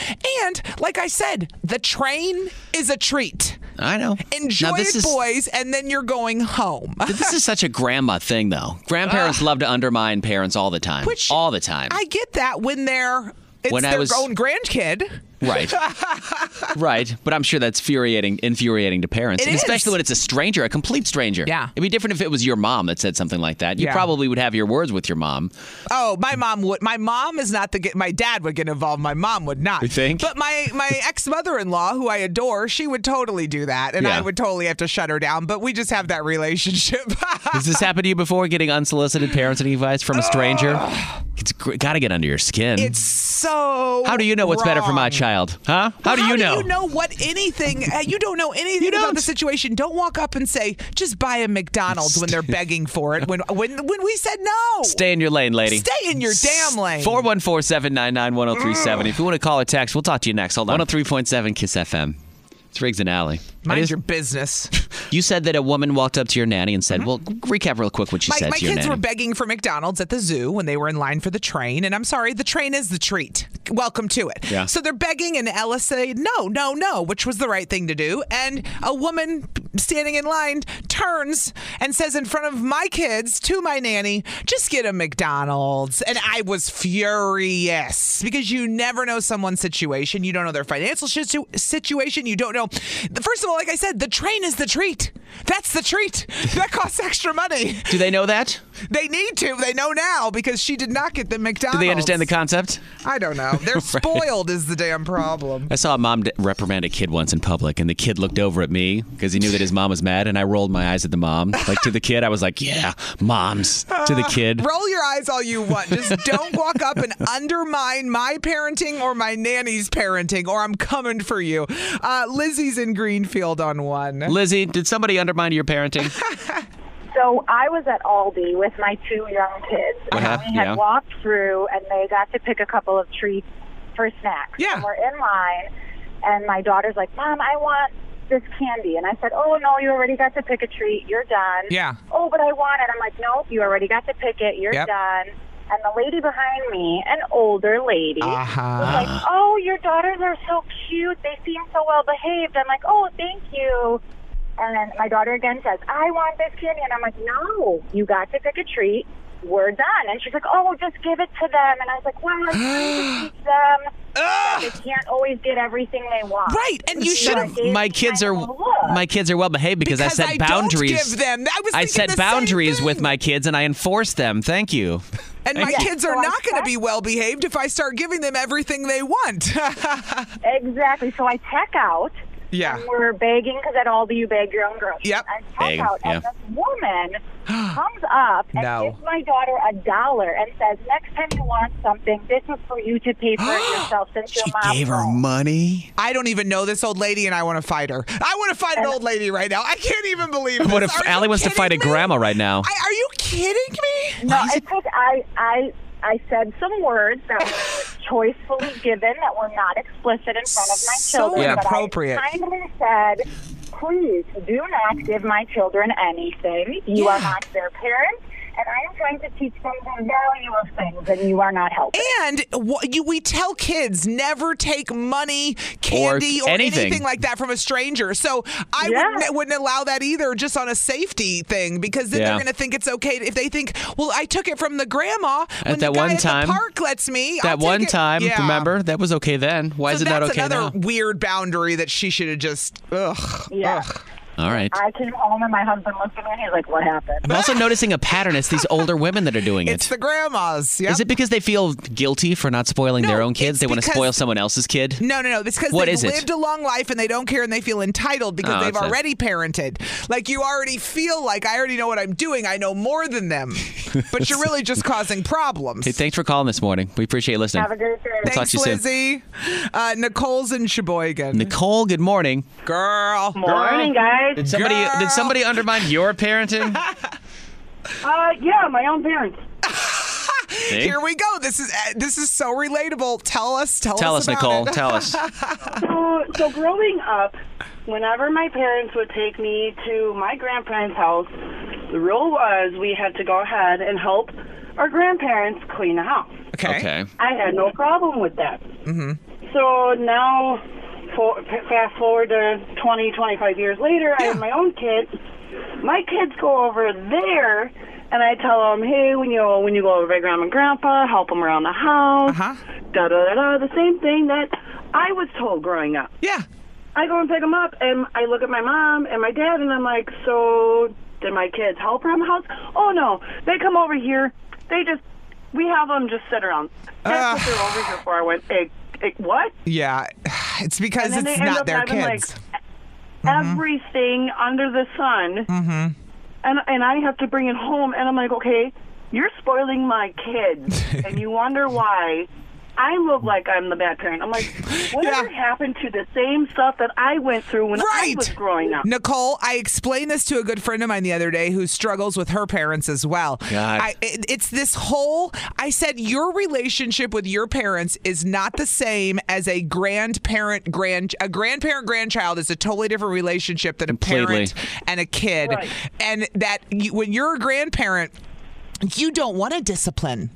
[SPEAKER 2] And like I said, the train is a treat.
[SPEAKER 3] I know.
[SPEAKER 2] Enjoy
[SPEAKER 3] now, this is,
[SPEAKER 2] it, boys, and then you're going home.
[SPEAKER 3] This is such a grandma thing, though. Grandparents love to undermine parents all the time.
[SPEAKER 2] Which-
[SPEAKER 3] all the time.
[SPEAKER 2] I get that when they're it's
[SPEAKER 3] When I
[SPEAKER 2] their
[SPEAKER 3] was-
[SPEAKER 2] own grandkid.
[SPEAKER 3] Right. right. But I'm sure that's infuriating, infuriating to parents,
[SPEAKER 2] It
[SPEAKER 3] and
[SPEAKER 2] is.
[SPEAKER 3] especially when it's a stranger, a complete stranger.
[SPEAKER 2] Yeah.
[SPEAKER 3] It'd be different if it was your mom that said something like that. You
[SPEAKER 2] Yeah.
[SPEAKER 3] probably would have your words with your mom.
[SPEAKER 2] Oh, my mom would. My mom is not the. get- My dad would get involved. My mom would not.
[SPEAKER 3] You think?
[SPEAKER 2] But my my ex mother in law, who I adore, she would totally do that, and I
[SPEAKER 3] Yeah.
[SPEAKER 2] would totally have to shut her down. But we just have that relationship.
[SPEAKER 3] Has this happened to you before? Getting unsolicited parenting advice from a stranger? It's got to get under your skin.
[SPEAKER 2] it's so.
[SPEAKER 3] How do you know what's better for my
[SPEAKER 2] wrong.
[SPEAKER 3] child? Huh? How do
[SPEAKER 2] How
[SPEAKER 3] you know?
[SPEAKER 2] you know what anything? uh, You don't know anything about
[SPEAKER 3] don't.
[SPEAKER 2] the situation. Don't walk up and say, "Just buy a McDonald's" when they're begging for it. When when when we said no.
[SPEAKER 3] Stay in your lane, lady.
[SPEAKER 2] Stay in your damn lane.
[SPEAKER 3] 414 799 1037. If you want to call or text, we'll talk to you next. Hold on. 103.7 Kiss FM. It's Riggs and Alley.
[SPEAKER 2] Mind your business.
[SPEAKER 3] You said that a woman walked up to your nanny and said, Well, recap real quick what she
[SPEAKER 2] Mm-hmm. My,
[SPEAKER 3] said
[SPEAKER 2] my
[SPEAKER 3] to your
[SPEAKER 2] kids
[SPEAKER 3] nanny.
[SPEAKER 2] were begging for McDonald's at the zoo when they were in line for the train, and I'm sorry, the train is the treat. Welcome to it.
[SPEAKER 3] Yeah.
[SPEAKER 2] So they're begging, and Ella said, "No, no, no," which was the right thing to do. And a woman standing in line turns and says in front of my kids to my nanny, "Just get a McDonald's." And I was furious because you never know someone's situation. You don't know their financial situ- situation. You don't know. First of all, like I said, the train is the treat. That's the treat. That costs extra money.
[SPEAKER 3] Do they know that?
[SPEAKER 2] They need to. They know now because she did not get the
[SPEAKER 3] Do
[SPEAKER 2] McDonald's.
[SPEAKER 3] they understand the concept?
[SPEAKER 2] I don't know. They're spoiled is the damn problem.
[SPEAKER 3] I saw a mom d- reprimand a kid once in public, and the kid looked over at me because he knew that his mom was mad, and I rolled my eyes at the mom. Like to the kid, I was like, Yeah, moms. To the kid.
[SPEAKER 2] Roll your eyes all you want. Just don't walk up and undermine my parenting or my nanny's parenting, or I'm coming for you. Uh, Lizzie's in Greenfield on one.
[SPEAKER 3] Lizzie, did somebody undermine your parenting?
[SPEAKER 4] So I was at Aldi with my two young kids.
[SPEAKER 3] What
[SPEAKER 4] and
[SPEAKER 3] hap-
[SPEAKER 4] we had
[SPEAKER 3] yeah.
[SPEAKER 4] walked through, and they got to pick a couple of treats for snacks.
[SPEAKER 2] Yeah.
[SPEAKER 4] And we're in line, and my daughter's like, "Mom, I want this candy." And I said, "Oh no, you already got to pick a treat. You're done."
[SPEAKER 2] Yeah.
[SPEAKER 4] Oh, but I want it. I'm like, "Nope, you already got to pick it. You're
[SPEAKER 2] Yep.
[SPEAKER 4] done." And the lady behind me, an older lady, was
[SPEAKER 2] Uh-huh.
[SPEAKER 4] like, "Oh, your daughters are so cute. They seem so well behaved." I'm like, "Oh, thank you." And then my daughter again says, "I want this candy," and I'm like, "No, you got to pick a treat. We're done." And she's like, "Oh, just give it to them." And I was like, "Well, I'm trying to teach them
[SPEAKER 3] Ah!
[SPEAKER 4] that they can't always get everything they want."
[SPEAKER 2] Right, and you
[SPEAKER 4] So I
[SPEAKER 2] should've-
[SPEAKER 4] gave
[SPEAKER 3] my
[SPEAKER 4] them
[SPEAKER 3] kids
[SPEAKER 4] kind
[SPEAKER 3] are
[SPEAKER 4] of a look.
[SPEAKER 3] my kids are well behaved because,
[SPEAKER 2] Because
[SPEAKER 3] I set
[SPEAKER 2] I don't
[SPEAKER 3] boundaries.
[SPEAKER 2] give them- I was thinking
[SPEAKER 3] set
[SPEAKER 2] the same
[SPEAKER 3] boundaries with
[SPEAKER 2] thing.
[SPEAKER 3] my kids and I enforce them. Thank you.
[SPEAKER 2] And my kids are
[SPEAKER 4] so I
[SPEAKER 2] not going to
[SPEAKER 4] text-
[SPEAKER 2] be well behaved if I start giving them everything they want.
[SPEAKER 4] Exactly. So I check out.
[SPEAKER 2] Yeah.
[SPEAKER 4] And we're begging because at Aldi you beg your own groceries.
[SPEAKER 2] Yep.
[SPEAKER 4] I check
[SPEAKER 3] Beg,
[SPEAKER 4] out, and
[SPEAKER 3] yeah.
[SPEAKER 4] this woman comes up and
[SPEAKER 2] No.
[SPEAKER 4] gives my daughter a dollar and says, "Next time you want something, this is for you to pay for it yourself since your mom won't."
[SPEAKER 3] money.
[SPEAKER 2] I don't even know this old lady, and I want to fight her. I want to fight an old lady right now. I can't even believe this.
[SPEAKER 3] What if
[SPEAKER 2] Are you
[SPEAKER 3] Allie wants to
[SPEAKER 2] kidding
[SPEAKER 3] fight a
[SPEAKER 2] me?
[SPEAKER 3] grandma right now?
[SPEAKER 2] I, are you kidding me?
[SPEAKER 4] No, I think I I I said some words that were choicefully given that were not explicit in front of my
[SPEAKER 2] So
[SPEAKER 4] children.
[SPEAKER 2] inappropriate.
[SPEAKER 4] But I kindly said, please do not give my children anything. You are not their parents, and I am trying to teach them the value of things, and you are not helping.
[SPEAKER 2] And what you, we tell kids never take money, candy, or,
[SPEAKER 3] anything.
[SPEAKER 2] like that from a stranger. So I
[SPEAKER 4] Yeah.
[SPEAKER 2] wouldn't, wouldn't allow that either, just on a safety thing, because then they're
[SPEAKER 3] Yeah.
[SPEAKER 2] going to think it's okay if they think, well, I took it from the grandma when
[SPEAKER 3] At
[SPEAKER 2] the
[SPEAKER 3] that
[SPEAKER 2] guy
[SPEAKER 3] one
[SPEAKER 2] at the
[SPEAKER 3] time-
[SPEAKER 2] park lets me. I'll
[SPEAKER 3] that
[SPEAKER 2] take
[SPEAKER 3] one
[SPEAKER 2] it."
[SPEAKER 3] time,
[SPEAKER 2] Yeah.
[SPEAKER 3] remember? That was okay then. Why
[SPEAKER 2] So
[SPEAKER 3] is it
[SPEAKER 2] that's
[SPEAKER 3] not okay
[SPEAKER 2] another
[SPEAKER 3] now?
[SPEAKER 2] weird boundary that she should have just. Ugh.
[SPEAKER 4] Yeah.
[SPEAKER 2] Ugh.
[SPEAKER 3] All right.
[SPEAKER 5] I came home and my husband looked at me and he's like, "What happened?"
[SPEAKER 3] I'm also noticing a pattern. It's these older women that are doing it.
[SPEAKER 2] It's the grandmas. Yep.
[SPEAKER 3] Is it because they feel guilty for not spoiling their
[SPEAKER 2] No,
[SPEAKER 3] own kids?
[SPEAKER 2] it's
[SPEAKER 3] They want to
[SPEAKER 2] because-
[SPEAKER 3] spoil someone else's kid?
[SPEAKER 2] No, no, no. It's because
[SPEAKER 3] What
[SPEAKER 2] they've
[SPEAKER 3] is it?
[SPEAKER 2] lived a long life and they don't care and they feel entitled because
[SPEAKER 3] Oh,
[SPEAKER 2] they've
[SPEAKER 3] that's it.
[SPEAKER 2] already parented. Like you already feel like I already know what I'm doing. I know more than them. But you're really just causing problems.
[SPEAKER 3] Hey, thanks for calling this morning. We appreciate listening.
[SPEAKER 5] Have a great day.
[SPEAKER 3] We'll talk
[SPEAKER 2] Thanks,
[SPEAKER 3] to you soon.
[SPEAKER 2] Lizzie. Uh, Nicole's in Sheboygan.
[SPEAKER 3] Nicole, good morning.
[SPEAKER 2] Girl.
[SPEAKER 5] Morning, guys.
[SPEAKER 3] Did somebody
[SPEAKER 2] Girl.
[SPEAKER 3] did somebody undermine your parenting?
[SPEAKER 5] Uh, yeah, my own parents.
[SPEAKER 3] See?
[SPEAKER 2] Here we go. This is uh, this is so relatable. Tell us, tell,
[SPEAKER 3] Tell us,
[SPEAKER 2] about
[SPEAKER 3] Nicole.
[SPEAKER 2] it.
[SPEAKER 3] Tell us.
[SPEAKER 5] So, so growing up, whenever my parents would take me to my grandparents' house, the rule was we had to go ahead and help our grandparents clean the house.
[SPEAKER 2] okay. Mm-hmm.
[SPEAKER 3] Okay.
[SPEAKER 5] I had no problem with that. hmm So now, for, f- fast forward to 20, 25 years later, I have my own kids. My kids go over there, and I tell them, hey, when you when you go over to grandma and grandpa, help them around the house.
[SPEAKER 2] Uh-huh.
[SPEAKER 5] Da da da da. The same thing that I was told growing up.
[SPEAKER 2] Yeah.
[SPEAKER 5] I go and pick them up, and I look at my mom and my dad, and I'm like, so did my kids help around the house? Oh no, they come over here. They just we have them just sit around. That's what they're over here for. I went, eh, eh, what?
[SPEAKER 2] Yeah. It's because
[SPEAKER 5] And then
[SPEAKER 2] it's
[SPEAKER 5] they end
[SPEAKER 2] not
[SPEAKER 5] up
[SPEAKER 2] their
[SPEAKER 5] having
[SPEAKER 2] kids. Mm-hmm.
[SPEAKER 5] like e-, everything under the sun, mm-hmm. and and I have to bring it home, and I'm like, okay, you're spoiling my kids, and you wonder why. I look like I'm the bad parent. I'm like, whatever
[SPEAKER 2] Yeah.
[SPEAKER 5] happened to the same stuff that I went through when I was growing up?
[SPEAKER 2] Nicole, I explained this to a good friend of mine the other day who struggles with her parents as well.
[SPEAKER 3] God.
[SPEAKER 2] I, it, it's this whole. I said your relationship with your parents is not the same as a grandparent grand a grandparent grandchild is a totally different relationship than a
[SPEAKER 3] Completely.
[SPEAKER 2] parent and a kid,
[SPEAKER 5] Right.
[SPEAKER 2] and that you, when you're a grandparent. You don't want to discipline.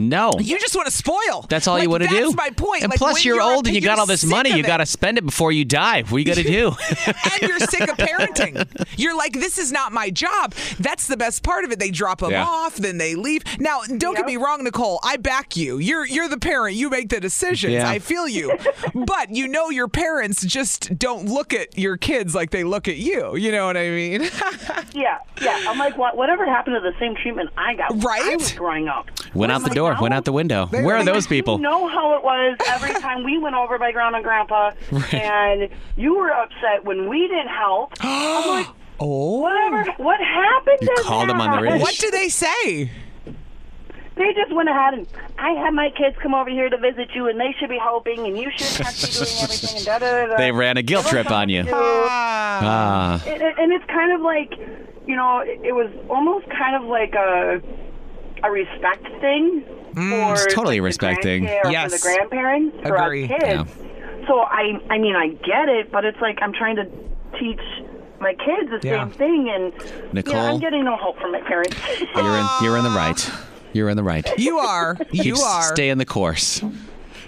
[SPEAKER 3] No.
[SPEAKER 2] You just want to spoil.
[SPEAKER 3] That's all you
[SPEAKER 2] Like,
[SPEAKER 3] want to do.
[SPEAKER 2] That's my point.
[SPEAKER 3] And
[SPEAKER 2] Like,
[SPEAKER 3] plus,
[SPEAKER 2] when
[SPEAKER 3] you're,
[SPEAKER 2] a
[SPEAKER 3] old and
[SPEAKER 2] pa-
[SPEAKER 3] you got all this
[SPEAKER 2] sick
[SPEAKER 3] money.
[SPEAKER 2] of
[SPEAKER 3] You
[SPEAKER 2] it
[SPEAKER 3] got to spend it before you die. What you got to do?
[SPEAKER 2] and you're sick of parenting. You're like, this is not my job. That's the best part of it. They drop them
[SPEAKER 3] Yeah.
[SPEAKER 2] off, then they leave. Now, don't get me wrong, Nicole. I back you. You're you're the parent. You make the decisions.
[SPEAKER 3] Yeah.
[SPEAKER 2] I feel you. but you know, your parents just don't look at your kids like they look at you. You know what I mean?
[SPEAKER 5] Yeah, yeah. I'm like, what, whatever happened to the same treatment I got when I
[SPEAKER 2] Right?
[SPEAKER 5] was growing up?
[SPEAKER 3] went out the door. Went out the window. Where are
[SPEAKER 2] like-
[SPEAKER 3] those
[SPEAKER 5] You
[SPEAKER 3] people?
[SPEAKER 5] know how it was every time we went over by Grandma and Grandpa, and you were upset when we didn't help. I'm like,
[SPEAKER 2] Oh.
[SPEAKER 5] whatever. What happened?
[SPEAKER 3] You
[SPEAKER 5] to
[SPEAKER 3] called them on the
[SPEAKER 5] that?
[SPEAKER 3] radio.
[SPEAKER 2] What do they say?
[SPEAKER 5] They just went ahead and I had my kids come over here to visit you, and they should be helping, and you should not be doing everything. And da, da, da, da.
[SPEAKER 3] They ran a guilt trip on you. Ah.
[SPEAKER 5] and, and it's kind of like you know it, it was almost kind of like a a respect thing for
[SPEAKER 3] Mm, it's totally
[SPEAKER 5] like, the
[SPEAKER 3] respecting.
[SPEAKER 5] grandpa- or
[SPEAKER 2] Yes.
[SPEAKER 5] for the grandparents for
[SPEAKER 2] Agree.
[SPEAKER 5] us kids so i i mean i get it but it's like i'm trying to teach my kids the
[SPEAKER 2] Yeah.
[SPEAKER 5] same thing and you know,
[SPEAKER 3] Nicole.
[SPEAKER 5] i'm getting no help from my parents
[SPEAKER 3] You're in, you're in the right. You're in the right.
[SPEAKER 2] You are. You
[SPEAKER 3] Keep-
[SPEAKER 2] are.
[SPEAKER 3] Stay in the course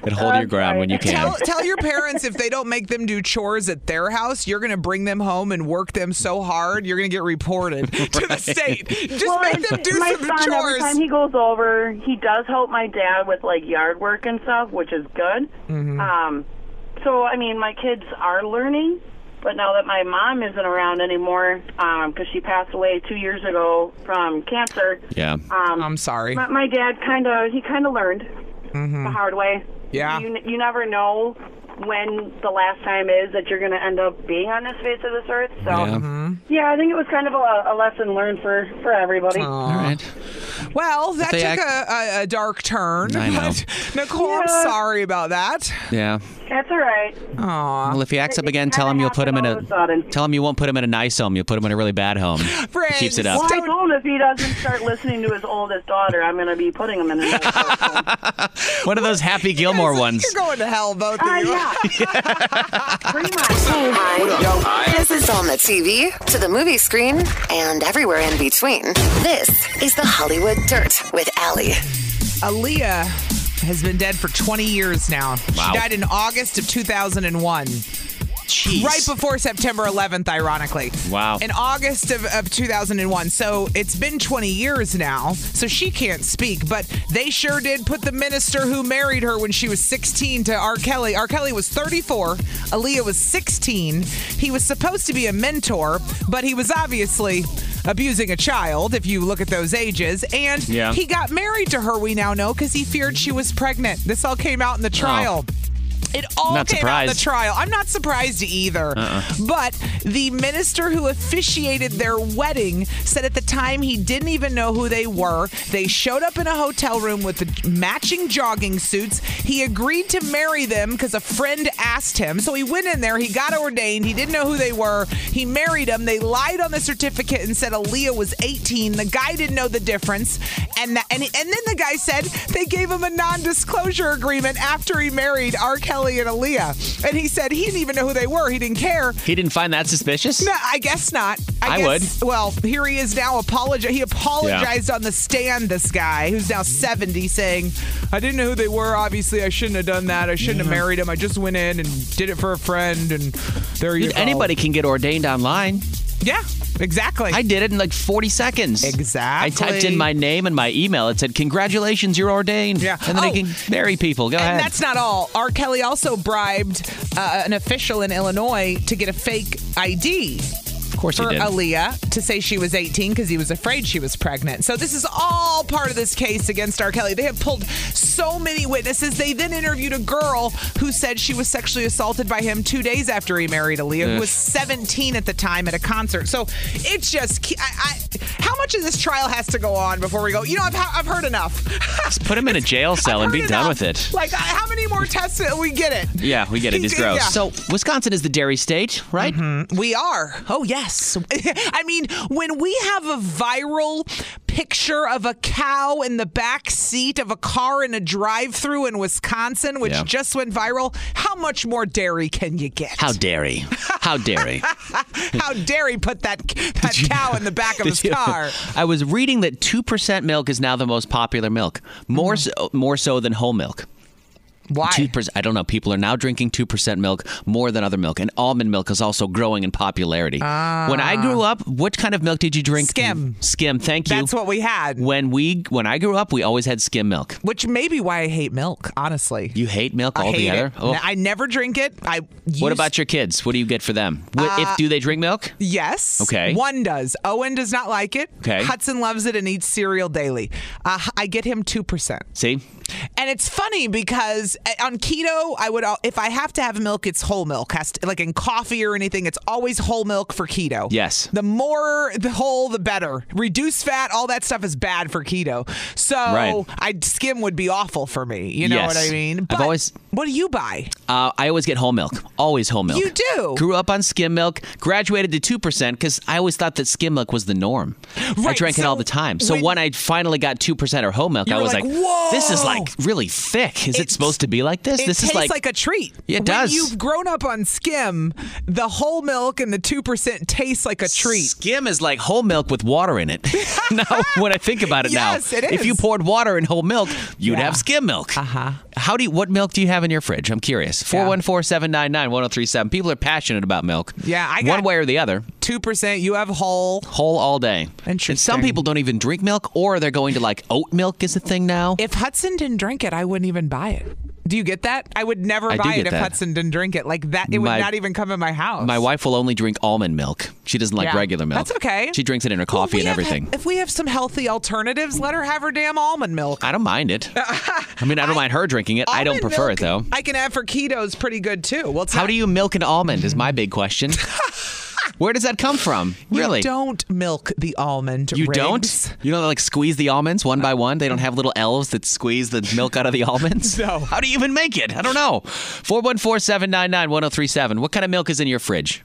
[SPEAKER 3] and hold your ground when you can.
[SPEAKER 2] Tell, tell your parents if they don't make them do chores at their house, you're going to bring them home and work them so hard, you're going to get reported to the state. Just make them do
[SPEAKER 5] my
[SPEAKER 2] some
[SPEAKER 5] son, every
[SPEAKER 2] chores.
[SPEAKER 5] time he goes over, he does help my dad with like yard work and stuff, which is good.
[SPEAKER 2] Mm-hmm.
[SPEAKER 5] Um, so I mean, my kids are learning, but now that my mom isn't around anymore, because she passed away two years ago from cancer, um,
[SPEAKER 3] Yeah.
[SPEAKER 2] I'm sorry.
[SPEAKER 5] my, my dad kind of he kind of learned the hard way.
[SPEAKER 2] Yeah.
[SPEAKER 5] you, n- you never know when the last time is that you're going to end up being on this face of this earth. So
[SPEAKER 3] Yeah.
[SPEAKER 2] Mm-hmm.
[SPEAKER 5] yeah, I think it was kind of a, a lesson learned for for everybody.
[SPEAKER 3] All right.
[SPEAKER 2] Well, that
[SPEAKER 3] they
[SPEAKER 2] took
[SPEAKER 3] act-
[SPEAKER 2] a, a, a dark turn.
[SPEAKER 3] I know.
[SPEAKER 2] but Nicole, I'm
[SPEAKER 5] Yeah.
[SPEAKER 2] sorry about that.
[SPEAKER 3] Yeah.
[SPEAKER 5] That's all right.
[SPEAKER 3] Well, if he acts up
[SPEAKER 5] It
[SPEAKER 3] again,
[SPEAKER 5] kinda
[SPEAKER 3] tell him you'll put him in
[SPEAKER 5] happened all
[SPEAKER 3] a.
[SPEAKER 5] of a sudden.
[SPEAKER 3] Tell him you won't put him in a nice home. You'll put him in a really bad home.
[SPEAKER 2] Friends.
[SPEAKER 3] He keeps it up.
[SPEAKER 5] Well, I
[SPEAKER 2] Don't-
[SPEAKER 5] told him if he doesn't start listening to his oldest daughter, I'm going to be putting him in the nursing home.
[SPEAKER 3] One of those Happy Gilmore ones.
[SPEAKER 2] You're going to hell, both of
[SPEAKER 5] Uh,
[SPEAKER 2] you.
[SPEAKER 5] yeah. Pretty much.
[SPEAKER 1] This is on the TV, to the movie screen, and everywhere in between. This is the Hollywood Dirt with Allie.
[SPEAKER 2] Aaliyah has been dead for 20 years now. She died in August of 2001.
[SPEAKER 3] Jeez.
[SPEAKER 2] Right before September 11th, ironically.
[SPEAKER 3] Wow.
[SPEAKER 2] In August of, of 2001. So it's been 20 years now. So she can't speak, but they sure did put the minister who married her when she was 16 to R. Kelly. R. Kelly was 34. Aaliyah was 16. He was supposed to be a mentor, but he was obviously abusing a child if you look at those ages. And
[SPEAKER 3] Yeah.
[SPEAKER 2] he got married to her, we now know, because he feared she was pregnant. This all came out in the
[SPEAKER 3] Oh.
[SPEAKER 2] trial. It all
[SPEAKER 3] Not
[SPEAKER 2] came out in the
[SPEAKER 3] surprised. Uh-uh.
[SPEAKER 2] trial. I'm not surprised either. But the minister who officiated their wedding said at the time he didn't even know who they were. They showed up in a hotel room with the matching jogging suits. He agreed to marry them because a friend asked him. So he went in there, he got ordained, he didn't know who they were. He married them. They lied on the certificate and said Aaliyah was 18. The guy didn't know the difference. And that, and, and then the guy said they gave him a non-disclosure agreement after he married R. Kelly and Aaliyah. And he said he didn't even know who they were. He didn't care.
[SPEAKER 3] He didn't find that suspicious?
[SPEAKER 2] No, I guess not.
[SPEAKER 3] I
[SPEAKER 2] guess, would. Well, here he is now. Apologi- he apologized on the stand. This guy, who's now seventy, saying, "I didn't know who they were. Obviously, I shouldn't have done that. I shouldn't have married him. I just went in and did it for a friend, and there you
[SPEAKER 3] Dude,
[SPEAKER 2] go."
[SPEAKER 3] anybody can get ordained online.
[SPEAKER 2] Yeah, exactly.
[SPEAKER 3] I did it in like 40 seconds.
[SPEAKER 2] Exactly.
[SPEAKER 3] I typed in my name and my email. It said, Congratulations, you're ordained.
[SPEAKER 2] Yeah.
[SPEAKER 3] And then
[SPEAKER 2] Oh.
[SPEAKER 3] they can marry people. Go
[SPEAKER 2] and
[SPEAKER 3] ahead.
[SPEAKER 2] that's not all. R. Kelly also bribed uh, an official in Illinois to get a fake ID
[SPEAKER 3] of course
[SPEAKER 2] for
[SPEAKER 3] he did.
[SPEAKER 2] Aaliyah to say she was 18 because he was afraid she was pregnant. So this is all part of this case against R. Kelly. They have pulled so many witnesses. They then interviewed a girl who said she was sexually assaulted by him two days after he married Aaliyah, who
[SPEAKER 3] Ugh.
[SPEAKER 2] was 17 at the time at a concert. So it just, ke- I, I, how much of this trial has to go on before we go? You know, I've, I've heard enough.
[SPEAKER 3] Just put him in a jail cell and be
[SPEAKER 2] Heard
[SPEAKER 3] done
[SPEAKER 2] enough.
[SPEAKER 3] with it.
[SPEAKER 2] Like, I- how many more tests? We get it.
[SPEAKER 3] Yeah, we get it. It's gross.
[SPEAKER 2] Yeah. Mm-hmm.
[SPEAKER 3] So, Wisconsin is the dairy state, right?
[SPEAKER 2] We are. Oh, yes. I mean, when we have a viral picture of a cow in the back seat of a car in a drive through in Wisconsin, which
[SPEAKER 3] Yeah.
[SPEAKER 2] just went viral, how much more dairy can you get?
[SPEAKER 3] How dairy. How dairy.
[SPEAKER 2] How dairy put that, that cow in the back of
[SPEAKER 3] Did
[SPEAKER 2] his
[SPEAKER 3] you-
[SPEAKER 2] car?
[SPEAKER 3] I was reading that 2% milk is now the most popular milk, more, so, more so than whole milk.
[SPEAKER 2] Mm-hmm. Why?
[SPEAKER 3] Two percent. I don't know. People are now drinking two percent milk more than other milk, and almond milk is also growing in popularity. When I grew up, what kind of milk did you drink?
[SPEAKER 2] Ah. Skim.
[SPEAKER 3] Skim. Thank you.
[SPEAKER 2] That's what we had,
[SPEAKER 3] When we when I grew up, we always had skim milk.
[SPEAKER 2] which may be why I hate milk, honestly.
[SPEAKER 3] You hate milk
[SPEAKER 2] I hate
[SPEAKER 3] altogether.
[SPEAKER 2] it.
[SPEAKER 3] Oh.
[SPEAKER 2] I never drink it. I
[SPEAKER 3] what
[SPEAKER 2] used- Uh,
[SPEAKER 3] about your kids? What do you get for them? What, if do they drink milk?
[SPEAKER 2] Yes.
[SPEAKER 3] Okay.
[SPEAKER 2] One does. Owen does not like it.
[SPEAKER 3] Okay.
[SPEAKER 2] Hudson loves it and eats cereal daily. Uh, I get him two percent,
[SPEAKER 3] See,
[SPEAKER 2] and it's funny because uh, on keto, I would al- if I have to have milk, it's whole milk. Has to, like in coffee or anything, it's always whole milk for keto.
[SPEAKER 3] Yes.
[SPEAKER 2] The more the whole, the better. Reduce fat, all that stuff is bad for keto. So
[SPEAKER 3] Right.
[SPEAKER 2] I skim would be awful for me. You know
[SPEAKER 3] Yes.
[SPEAKER 2] what I mean?
[SPEAKER 3] I've
[SPEAKER 2] But
[SPEAKER 3] always-
[SPEAKER 2] what do you buy?
[SPEAKER 3] uh, I always get whole milk. Always whole milk.
[SPEAKER 2] You do?
[SPEAKER 3] Grew up on skim milk. Graduated to two percent because I always thought that skim milk was the norm. I
[SPEAKER 2] Right,
[SPEAKER 3] drank it
[SPEAKER 2] so
[SPEAKER 3] all the time. So
[SPEAKER 2] when-
[SPEAKER 3] when, I finally got two percent or whole milk,
[SPEAKER 2] You
[SPEAKER 3] I
[SPEAKER 2] were
[SPEAKER 3] was
[SPEAKER 2] like,
[SPEAKER 3] like,
[SPEAKER 2] "Whoa!"
[SPEAKER 3] "This is like really thick. Is it
[SPEAKER 2] It's-
[SPEAKER 3] supposed to be like this?
[SPEAKER 2] It
[SPEAKER 3] This
[SPEAKER 2] tastes
[SPEAKER 3] is like,
[SPEAKER 2] a treat.
[SPEAKER 3] It
[SPEAKER 2] when
[SPEAKER 3] does.
[SPEAKER 2] You've grown up on skim. The whole milk and the two percent tastes like a treat.
[SPEAKER 3] Skim is like whole milk with water in it. now, when I think about it
[SPEAKER 2] Yes,
[SPEAKER 3] now,
[SPEAKER 2] it
[SPEAKER 3] if you
[SPEAKER 2] is.
[SPEAKER 3] poured water in whole milk, you'd
[SPEAKER 2] Yeah. Uh-huh.
[SPEAKER 3] have skim milk. Uh huh. How do you, what milk do you have in your fridge? I'm curious. 414 799 1037. People are passionate about milk.
[SPEAKER 2] Yeah, I got-
[SPEAKER 3] One way or the other,
[SPEAKER 2] Two percent. You have whole.
[SPEAKER 3] whole all day. And
[SPEAKER 2] Interesting.
[SPEAKER 3] some people don't even drink milk or they're going to like oat milk is a thing now.
[SPEAKER 2] If Hudson didn't drink it, I wouldn't even buy it. Do you get that? I would never
[SPEAKER 3] I do
[SPEAKER 2] buy it
[SPEAKER 3] get
[SPEAKER 2] if
[SPEAKER 3] that.
[SPEAKER 2] Hudson didn't drink it. Like that, it would
[SPEAKER 3] My-
[SPEAKER 2] not even come in my house.
[SPEAKER 3] My wife will only drink almond milk. She doesn't like
[SPEAKER 2] Yeah.
[SPEAKER 3] regular milk.
[SPEAKER 2] That's okay.
[SPEAKER 3] She drinks it in her
[SPEAKER 2] Well,
[SPEAKER 3] coffee
[SPEAKER 2] we
[SPEAKER 3] and
[SPEAKER 2] have-
[SPEAKER 3] everything.
[SPEAKER 2] if we have some healthy alternatives, let her have her damn almond milk.
[SPEAKER 3] I don't mind it. I mean, I don't mind her drinking it. I don't
[SPEAKER 2] Almond
[SPEAKER 3] prefer it
[SPEAKER 2] milk
[SPEAKER 3] though.
[SPEAKER 2] I can have for keto is pretty good too. Well, it's
[SPEAKER 3] How
[SPEAKER 2] not-
[SPEAKER 3] do you milk an almond is my big question. Where does that come from? Really?
[SPEAKER 2] You don't milk the almond.
[SPEAKER 3] You
[SPEAKER 2] Riggs.
[SPEAKER 3] don't? You don't like squeeze the almonds one by one? They don't have little elves that squeeze the milk out of the almonds?
[SPEAKER 2] No.
[SPEAKER 3] How do you even make it? I don't know. 414-799-1037. What kind of milk is in your fridge?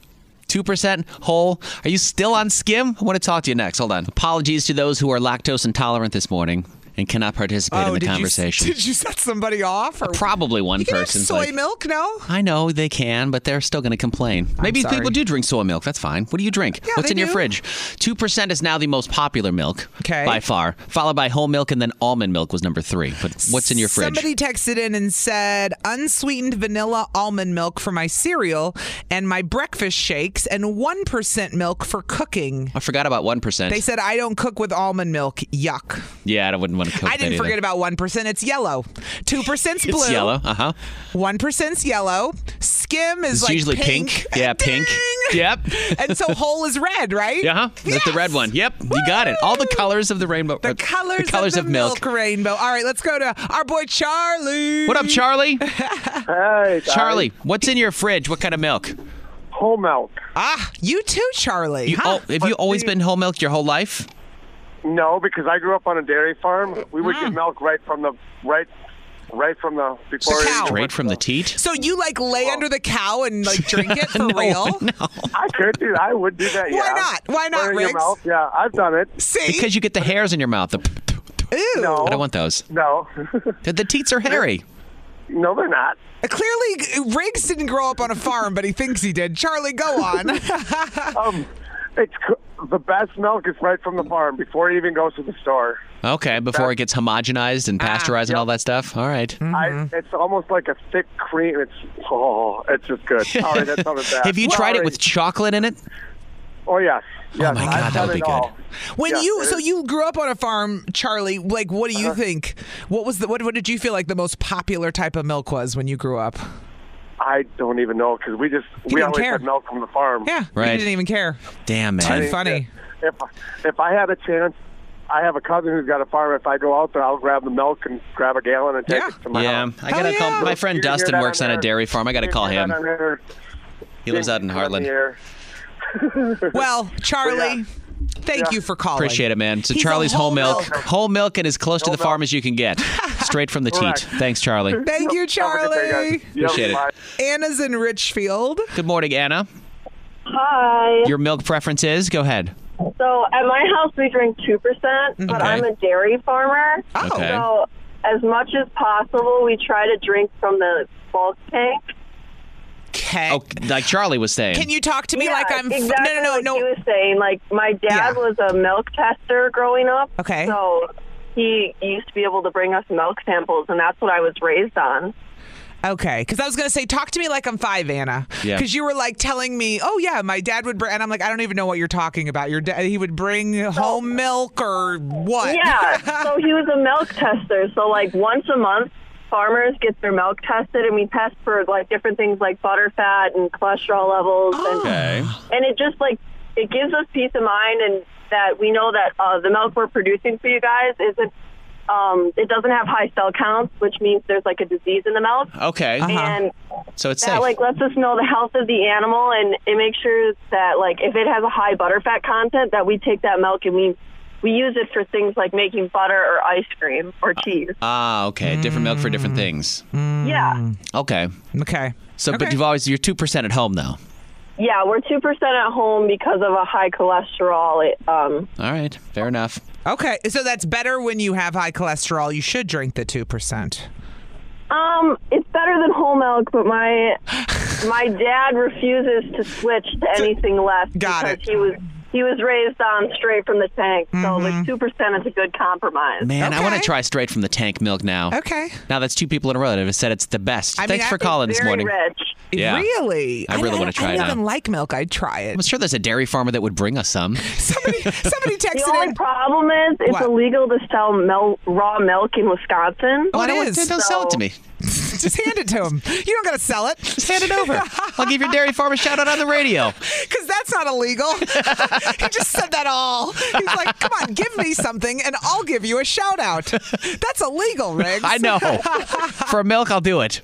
[SPEAKER 3] 2% whole. Are you still on skim? I want to talk to you next. Hold on. Apologies to those who are lactose intolerant this morning. and cannot participate in the
[SPEAKER 2] Oh, did
[SPEAKER 3] conversation.
[SPEAKER 2] You, did you set somebody off? Or
[SPEAKER 3] Probably one
[SPEAKER 2] you can have
[SPEAKER 3] person.
[SPEAKER 2] soy milk? No.
[SPEAKER 3] I know they can, but they're still going to complain. Maybe
[SPEAKER 2] sorry.
[SPEAKER 3] people do drink soy milk. That's fine. What do you drink?
[SPEAKER 2] Yeah,
[SPEAKER 3] What's
[SPEAKER 2] they
[SPEAKER 3] in your
[SPEAKER 2] do.
[SPEAKER 3] fridge? 2% is now the most popular milk
[SPEAKER 2] Okay.
[SPEAKER 3] by far, followed by whole milk, and then almond milk was number three. But what's in your fridge?
[SPEAKER 2] Somebody texted in and said unsweetened vanilla almond milk for my cereal and my breakfast shakes and 1% milk for cooking.
[SPEAKER 3] I forgot about 1%.
[SPEAKER 2] They said I don't cook with almond milk. Yuck.
[SPEAKER 3] yeah, I wouldn't want to cook
[SPEAKER 2] I
[SPEAKER 3] that
[SPEAKER 2] didn't
[SPEAKER 3] either.
[SPEAKER 2] forget about 1%. It's yellow. 2%'s blue.
[SPEAKER 3] It's yellow. Uh huh.
[SPEAKER 2] 1%'s yellow. Skim
[SPEAKER 3] It's
[SPEAKER 2] is like
[SPEAKER 3] usually pink. Yeah,
[SPEAKER 2] Ding!
[SPEAKER 3] pink. Yep.
[SPEAKER 2] and so whole is red, right?
[SPEAKER 3] Uh huh. That's the red one. Yep. You got it. All the colors of the rainbow.
[SPEAKER 2] The
[SPEAKER 3] uh,
[SPEAKER 2] colors,
[SPEAKER 3] the colors
[SPEAKER 2] of, the
[SPEAKER 3] milk.
[SPEAKER 2] rainbow. All right, let's go to our boy Charlie.
[SPEAKER 3] What up, Charlie?
[SPEAKER 6] Hey, guys.
[SPEAKER 3] Charlie, what's in your fridge? What kind of milk?
[SPEAKER 6] Whole milk.
[SPEAKER 2] Ah, you too, Charlie.
[SPEAKER 3] You, oh,
[SPEAKER 2] huh?
[SPEAKER 3] have you always been whole milk your whole life?
[SPEAKER 6] No, because I grew up on a dairy farm. We would get milk right from the right, right from the before.
[SPEAKER 2] cow.
[SPEAKER 6] it-
[SPEAKER 3] Straight from the teat?
[SPEAKER 2] So you like lay under the cow and like drink it for real?
[SPEAKER 6] I could do. I would do that.
[SPEAKER 2] Why
[SPEAKER 6] yeah.
[SPEAKER 2] not? Why not,
[SPEAKER 6] Or in your
[SPEAKER 2] Riggs?
[SPEAKER 6] mouth. Yeah, I've done it.
[SPEAKER 2] See?
[SPEAKER 3] Because you get the hairs in your mouth. The
[SPEAKER 2] Ew.
[SPEAKER 6] No.
[SPEAKER 3] I don't want those.
[SPEAKER 6] No,
[SPEAKER 3] The, the teats are hairy.
[SPEAKER 6] no, they're not.
[SPEAKER 2] Clearly, Riggs didn't grow up on a farm, but he thinks he did. Charlie, go on.
[SPEAKER 6] Um, it's c- the best milk is right from the farm before it even goes to the store. Ah,
[SPEAKER 3] Okay, before it gets homogenized and pasteurized and all that stuff. All right.
[SPEAKER 2] Mm-hmm.
[SPEAKER 6] I, it's almost like a thick cream. It's oh, it's just good. Sorry, that's not bad.
[SPEAKER 3] Have you tried it with chocolate in it?
[SPEAKER 6] Oh yes. yes.
[SPEAKER 3] my
[SPEAKER 6] I've
[SPEAKER 3] God, that
[SPEAKER 6] done
[SPEAKER 3] would be
[SPEAKER 6] it
[SPEAKER 3] good.
[SPEAKER 6] all.
[SPEAKER 2] when
[SPEAKER 6] Yes,
[SPEAKER 2] you
[SPEAKER 6] it
[SPEAKER 2] so
[SPEAKER 6] is.
[SPEAKER 2] you grew up on a farm, Charlie. Like, what do you
[SPEAKER 3] Uh-huh.
[SPEAKER 2] think? What was the what? What did you feel like the most popular type of milk was when you grew up?
[SPEAKER 6] I don't even know because we just we
[SPEAKER 2] didn't
[SPEAKER 6] always
[SPEAKER 2] care.
[SPEAKER 6] had milk from the farm.
[SPEAKER 2] Yeah,
[SPEAKER 3] Right.
[SPEAKER 2] You didn't even care.
[SPEAKER 3] Damn
[SPEAKER 2] Too
[SPEAKER 3] man.
[SPEAKER 2] funny.
[SPEAKER 6] If if I had a chance, I have a cousin who's got a farm. If I go out there, I'll grab the milk and grab a gallon and take
[SPEAKER 2] Yeah.
[SPEAKER 6] it to my
[SPEAKER 3] Yeah,
[SPEAKER 6] house.
[SPEAKER 3] I gotta
[SPEAKER 2] Hell yeah.
[SPEAKER 3] call my friend
[SPEAKER 6] You can hear
[SPEAKER 3] Dustin
[SPEAKER 6] that
[SPEAKER 3] works on a
[SPEAKER 6] there.
[SPEAKER 3] dairy farm. I gotta
[SPEAKER 6] You
[SPEAKER 3] call
[SPEAKER 6] can hear
[SPEAKER 3] him.
[SPEAKER 6] that on there.
[SPEAKER 3] He lives out in
[SPEAKER 6] It's on the
[SPEAKER 3] Heartland.
[SPEAKER 6] air.
[SPEAKER 2] Well, Charlie, thank you for calling.
[SPEAKER 3] Appreciate it, man. So
[SPEAKER 2] He's a
[SPEAKER 3] Charlie's whole
[SPEAKER 2] whole
[SPEAKER 3] milk,
[SPEAKER 2] milk.
[SPEAKER 3] whole milk, and as close to the farm as you can get, straight from the teat.
[SPEAKER 6] Correct.
[SPEAKER 3] Thanks, Charlie.
[SPEAKER 2] Thank you,
[SPEAKER 6] Have a good day, guys.
[SPEAKER 2] Charlie.
[SPEAKER 6] Yeah,
[SPEAKER 3] Appreciate it.
[SPEAKER 6] bye.
[SPEAKER 2] Anna's in Richfield.
[SPEAKER 3] Good morning, Anna.
[SPEAKER 7] Hi.
[SPEAKER 3] Your milk preference is? Go ahead.
[SPEAKER 7] So at my house, we drink 2%, but
[SPEAKER 3] Okay.
[SPEAKER 7] I'm a dairy farmer.
[SPEAKER 3] Okay.
[SPEAKER 7] So as much as possible, we try to drink from the bulk tank.
[SPEAKER 2] Okay.
[SPEAKER 3] Oh, like Charlie was saying.
[SPEAKER 2] Can you talk to me
[SPEAKER 7] Yeah,
[SPEAKER 2] like I'm f-
[SPEAKER 7] exactly
[SPEAKER 2] no no
[SPEAKER 7] what
[SPEAKER 2] no
[SPEAKER 7] He
[SPEAKER 2] no
[SPEAKER 7] was saying like my
[SPEAKER 2] Yeah.
[SPEAKER 7] dad was a milk tester growing up.
[SPEAKER 2] Okay.
[SPEAKER 7] So he used to be able to bring us milk samples, and that's what I was raised on.
[SPEAKER 2] Okay, because I was gonna say, talk to me like I'm five, Anna.
[SPEAKER 3] Yeah.
[SPEAKER 2] Because you were like telling me, oh yeah, my dad would bring, and I'm like, I don't even know what you're talking about. Your dad, he would bring home milk or what?
[SPEAKER 7] Yeah. so he was a milk tester. So like once a month, farmers get their milk tested, and we test for like different things like butterfat and cholesterol levels,
[SPEAKER 3] Oh. Okay.
[SPEAKER 7] and and it just like it gives us peace of mind and that we know that uh, the milk we're producing for you guys isn't. Um, it doesn't have high cell counts, which means there's like a disease in the milk.
[SPEAKER 3] Okay.
[SPEAKER 7] And
[SPEAKER 3] So it's
[SPEAKER 7] that
[SPEAKER 3] safe.
[SPEAKER 7] like lets us know the health of the animal, and it makes sure that like if it has a high butterfat content, that we take that milk and we we use it for things like making butter or ice cream or cheese.
[SPEAKER 3] ah, okay. Different milk for different things.
[SPEAKER 7] yeah,
[SPEAKER 3] Okay.
[SPEAKER 2] Okay.
[SPEAKER 3] So,
[SPEAKER 2] Okay.
[SPEAKER 3] but you've always you're two percent at home though.
[SPEAKER 7] yeah, we're two percent at home because of a high cholesterol. Um,
[SPEAKER 3] All right, fair enough.
[SPEAKER 2] Okay, so that's better when you have high cholesterol. You should drink the two percent.
[SPEAKER 7] um, it's better than whole milk, but my my dad refuses to switch to anything less
[SPEAKER 2] Got
[SPEAKER 7] because
[SPEAKER 2] it.
[SPEAKER 7] he was. He was raised on straight from the tank, so like two percent is a good compromise.
[SPEAKER 3] Man, I want to
[SPEAKER 2] Mm-hmm. Okay.
[SPEAKER 3] try straight from the tank milk now.
[SPEAKER 2] Okay.
[SPEAKER 3] Now that's two people in a row that have said it's the best.
[SPEAKER 2] I mean,
[SPEAKER 3] Thanks
[SPEAKER 2] I
[SPEAKER 3] for
[SPEAKER 2] think
[SPEAKER 3] calling this
[SPEAKER 7] Very
[SPEAKER 3] morning.
[SPEAKER 7] rich.
[SPEAKER 3] Yeah.
[SPEAKER 2] Really?
[SPEAKER 3] I really
[SPEAKER 2] don't-
[SPEAKER 3] wanna try
[SPEAKER 2] I
[SPEAKER 3] it
[SPEAKER 2] don't
[SPEAKER 3] now.
[SPEAKER 2] even like milk. I'd try it.
[SPEAKER 3] I'm sure there's a dairy farmer that would bring us some.
[SPEAKER 2] Somebody, somebody
[SPEAKER 7] The
[SPEAKER 2] texted
[SPEAKER 7] only
[SPEAKER 2] in.
[SPEAKER 7] problem is it's
[SPEAKER 2] What?
[SPEAKER 7] illegal to sell mil- raw milk in Wisconsin.
[SPEAKER 3] Oh, I
[SPEAKER 2] What
[SPEAKER 3] don't,
[SPEAKER 2] is?
[SPEAKER 3] want- don't sell it to me.
[SPEAKER 2] Just hand it to him. You don't gotta sell it. Just
[SPEAKER 3] Hand it over. I'll give your dairy farm a shout out on the radio.
[SPEAKER 2] Because that's not illegal. he just said that all. He's like, come on, give me something and I'll give you a shout out. That's illegal, Riggs.
[SPEAKER 3] I know. For milk, I'll do it.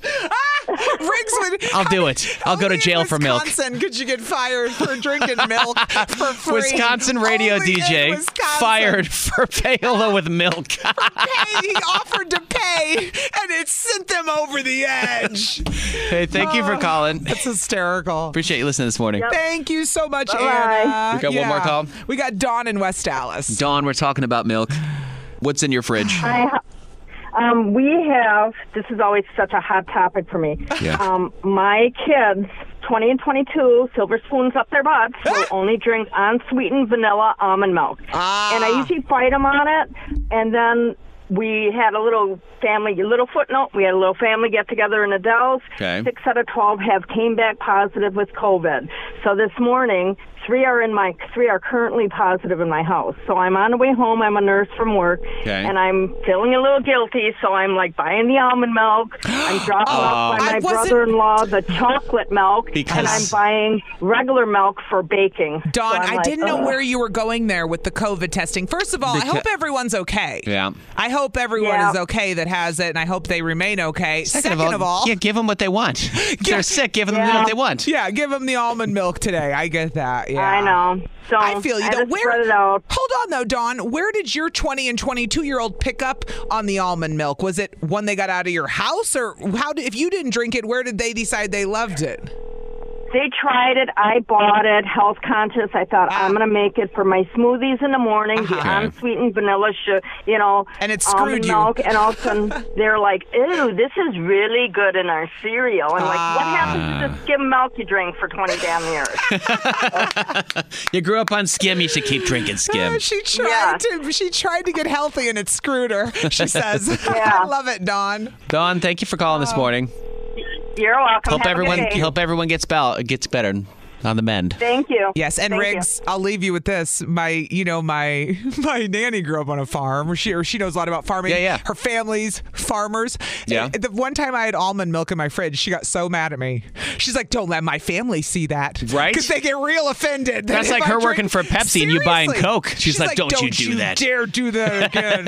[SPEAKER 2] Riggs would.
[SPEAKER 3] I'll do it. I'll go to jail for milk.
[SPEAKER 2] Wisconsin, could you get fired for drinking milk for free?
[SPEAKER 3] Wisconsin radio
[SPEAKER 2] Only in
[SPEAKER 3] DJ
[SPEAKER 2] Wisconsin.
[SPEAKER 3] fired for payola with milk.
[SPEAKER 2] Hey, he offered to pay and it sent them over the edge.
[SPEAKER 3] hey, thank
[SPEAKER 2] Oh.
[SPEAKER 3] you for calling.
[SPEAKER 2] That's hysterical.
[SPEAKER 3] Appreciate you listening this morning.
[SPEAKER 2] Thank you so much,
[SPEAKER 7] Bye-bye.
[SPEAKER 2] Anna.
[SPEAKER 3] We got one more call?
[SPEAKER 2] We got Dawn in West Dallas.
[SPEAKER 3] Dawn, we're talking about milk. What's in your fridge?
[SPEAKER 8] I ha- um, we have, this is always such a hot topic for me.
[SPEAKER 3] Yeah.
[SPEAKER 8] Um, my kids, 20 and 22, silver spoons up their butts, will only drink unsweetened vanilla almond milk.
[SPEAKER 3] Ah.
[SPEAKER 8] And I usually fight them on it. And then we had a little family, a little footnote. We had a little family get together in Adele's.
[SPEAKER 9] Okay.
[SPEAKER 8] Six out of 12 have came back positive with COVID. So this morning, three are in my, three are currently positive in my house. So I'm on the way home. I'm a nurse from work.
[SPEAKER 2] Okay.
[SPEAKER 8] And I'm feeling a little guilty, so I'm like buying the almond milk. I'm dropping off
[SPEAKER 2] Oh.
[SPEAKER 8] by
[SPEAKER 2] I
[SPEAKER 8] my
[SPEAKER 2] wasn't-
[SPEAKER 8] brother-in-law the chocolate milk, and I'm
[SPEAKER 2] Because-
[SPEAKER 8] buying regular milk for baking.
[SPEAKER 2] Dawn,
[SPEAKER 8] So I'm
[SPEAKER 2] I
[SPEAKER 8] like,
[SPEAKER 2] didn't know
[SPEAKER 8] "Ugh."
[SPEAKER 2] where you were going there with the COVID testing. First of all, I
[SPEAKER 3] Beca-
[SPEAKER 2] hope everyone's okay.
[SPEAKER 3] Yeah.
[SPEAKER 2] I hope everyone is okay that has it, and I hope they remain okay. Second, of all,
[SPEAKER 3] yeah, give them what they want. If They're sick. Give them what they want.
[SPEAKER 2] Yeah, give them the almond milk today. I get that. Yeah,
[SPEAKER 8] I know. So
[SPEAKER 2] I feel you.
[SPEAKER 8] I
[SPEAKER 2] Though,
[SPEAKER 8] just
[SPEAKER 2] where,
[SPEAKER 8] spread it out.
[SPEAKER 2] Hold on though, Dawn. Where did your 20 and 22 year old pick up on the almond milk? Was it when they got out of your house, or how? Did, if you didn't drink it, where did they decide they loved it?
[SPEAKER 8] They tried it. I bought it. Health conscious. I thought Uh, I'm going to make it for my smoothies in the morning. The
[SPEAKER 2] Uh-huh.
[SPEAKER 8] unsweetened vanilla, sh- you know,
[SPEAKER 2] And it
[SPEAKER 8] almond
[SPEAKER 2] screwed you.
[SPEAKER 8] milk. And all of a sudden, they're like, "Ew, this is really good in our cereal." I'm like,
[SPEAKER 3] Ah.
[SPEAKER 8] "What happens to the skim milk you drink for 20 damn years?"
[SPEAKER 3] You grew up on skim. You should keep drinking skim.
[SPEAKER 2] Uh, she tried to. She tried to get healthy, and it screwed her. She says, "I love it, Dawn."
[SPEAKER 3] Dawn, thank you for calling
[SPEAKER 2] Oh.
[SPEAKER 3] this morning.
[SPEAKER 8] You're welcome.
[SPEAKER 3] hope
[SPEAKER 2] Have a good
[SPEAKER 3] everyone
[SPEAKER 2] day.
[SPEAKER 3] hope everyone gets bel- gets better on the mend.
[SPEAKER 8] Thank you.
[SPEAKER 2] Yes, and
[SPEAKER 8] Thank you.
[SPEAKER 2] Riggs, I'll leave you with this. My, you know, my my nanny grew up on a farm. She or she knows a lot about farming.
[SPEAKER 3] Yeah, yeah.
[SPEAKER 2] Her family's farmers.
[SPEAKER 3] Yeah.
[SPEAKER 2] And the one time I had almond milk in my fridge, she got so mad at me. She's like, "Don't let my family see that."
[SPEAKER 3] Right?
[SPEAKER 2] Because they get real offended. that
[SPEAKER 3] That's
[SPEAKER 2] if
[SPEAKER 3] like
[SPEAKER 2] I
[SPEAKER 3] her
[SPEAKER 2] drink-
[SPEAKER 3] working for Pepsi and you buying
[SPEAKER 2] Seriously.
[SPEAKER 3] Coke. She's like, "Don't you do
[SPEAKER 2] you
[SPEAKER 3] that."
[SPEAKER 2] Dare do that again."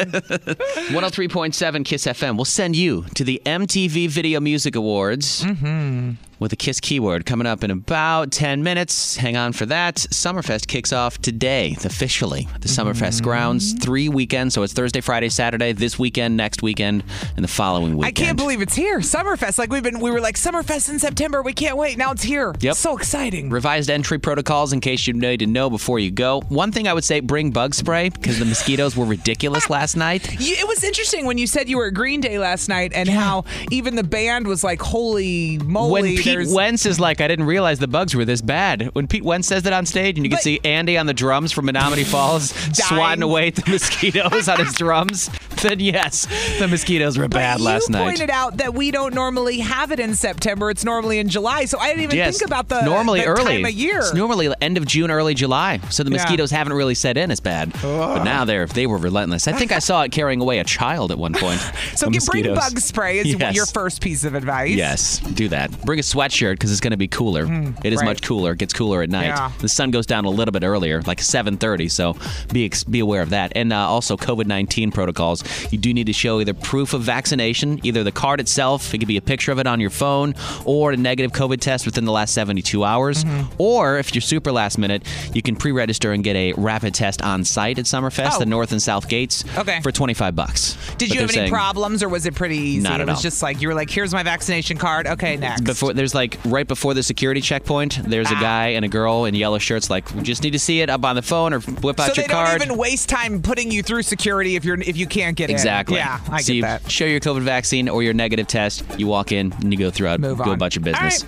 [SPEAKER 3] 103.7 Kiss FM will send you to the MTV Video Music Awards
[SPEAKER 2] Mm-hmm.
[SPEAKER 3] with a Kiss keyword coming up in about 10 minutes. Hang on for that. Summerfest kicks off today, officially. The
[SPEAKER 2] Mm-hmm.
[SPEAKER 3] Summerfest grounds, three weekends. So it's Thursday, Friday, Saturday, this weekend, next weekend, and the following
[SPEAKER 2] I
[SPEAKER 3] weekend.
[SPEAKER 2] can't believe it's here. Summerfest. Like we've been, we were like Summerfest in September. We can't wait. Now it's here.
[SPEAKER 3] Yep.
[SPEAKER 2] So exciting.
[SPEAKER 3] Revised entry protocols in case you need to know before you go. One thing I would say bring bug spray because the mosquitoes were ridiculous last night.
[SPEAKER 2] You, it was interesting when you said you were at Green Day last night and how even the band was like, holy moly.
[SPEAKER 3] when Pete
[SPEAKER 2] there's-
[SPEAKER 3] Wentz is like, I didn't realize the bugs were this bad. When Pete Wentz says that on stage, and you can see Andy on the drums from Menominee Falls swatting away at the mosquitoes on his drums, then yes, the mosquitoes were bad
[SPEAKER 2] you
[SPEAKER 3] last night.
[SPEAKER 2] pointed out that we don't normally have it in September. It's normally in July. So I didn't even
[SPEAKER 3] yes,
[SPEAKER 2] think about the
[SPEAKER 3] normally
[SPEAKER 2] the
[SPEAKER 3] early
[SPEAKER 2] time of year.
[SPEAKER 3] It's normally end of June, early July. So the
[SPEAKER 2] Yeah.
[SPEAKER 3] mosquitoes haven't really set in as bad. But now they're they were relentless. I think I saw it carrying away a child at one point.
[SPEAKER 2] so
[SPEAKER 3] the
[SPEAKER 2] get, bring
[SPEAKER 3] mosquitoes.
[SPEAKER 2] bug spray is
[SPEAKER 3] Yes.
[SPEAKER 2] your first piece of advice.
[SPEAKER 3] Yes, do that. Bring a sweatshirt because it's going to be cooler. it is
[SPEAKER 2] Hmm, right.
[SPEAKER 3] much cooler. It gets cooler at night.
[SPEAKER 2] Yeah.
[SPEAKER 3] The sun goes down a little bit earlier, like 7:30. So be ex- be aware of that. And uh, also COVID-19 protocols. You do need to show either proof of vaccination, either the card itself. It could be a picture of it on your phone, or a negative COVID test within the last 72 hours.
[SPEAKER 2] Mm-hmm.
[SPEAKER 3] Or if you're super last minute, you can pre-register and get a rapid test on site at Summerfest,
[SPEAKER 2] Oh.
[SPEAKER 3] the North and South gates,
[SPEAKER 2] Okay.
[SPEAKER 3] for 25 bucks. But
[SPEAKER 2] Did you
[SPEAKER 3] they're
[SPEAKER 2] have any
[SPEAKER 3] saying-
[SPEAKER 2] problems or was it pretty easy?
[SPEAKER 3] Not
[SPEAKER 2] it
[SPEAKER 3] at
[SPEAKER 2] was
[SPEAKER 3] all.
[SPEAKER 2] just like you were like, here's my vaccination card. Okay, next.
[SPEAKER 3] Before there's like right before the security checkpoint, there's
[SPEAKER 2] Ah.
[SPEAKER 3] a guy and a girl in yellow shirts. Like we just need to see it up on the phone or whip out
[SPEAKER 2] so
[SPEAKER 3] your
[SPEAKER 2] they
[SPEAKER 3] card.
[SPEAKER 2] don't even waste time putting you through security if you're if you can't get
[SPEAKER 3] exactly.
[SPEAKER 2] in. Yeah, I
[SPEAKER 3] so
[SPEAKER 2] get
[SPEAKER 3] you
[SPEAKER 2] that.
[SPEAKER 3] Show your COVID vaccine or your negative test. You walk in and you go throughout,
[SPEAKER 2] Move
[SPEAKER 3] do
[SPEAKER 2] on.
[SPEAKER 3] a bunch of business.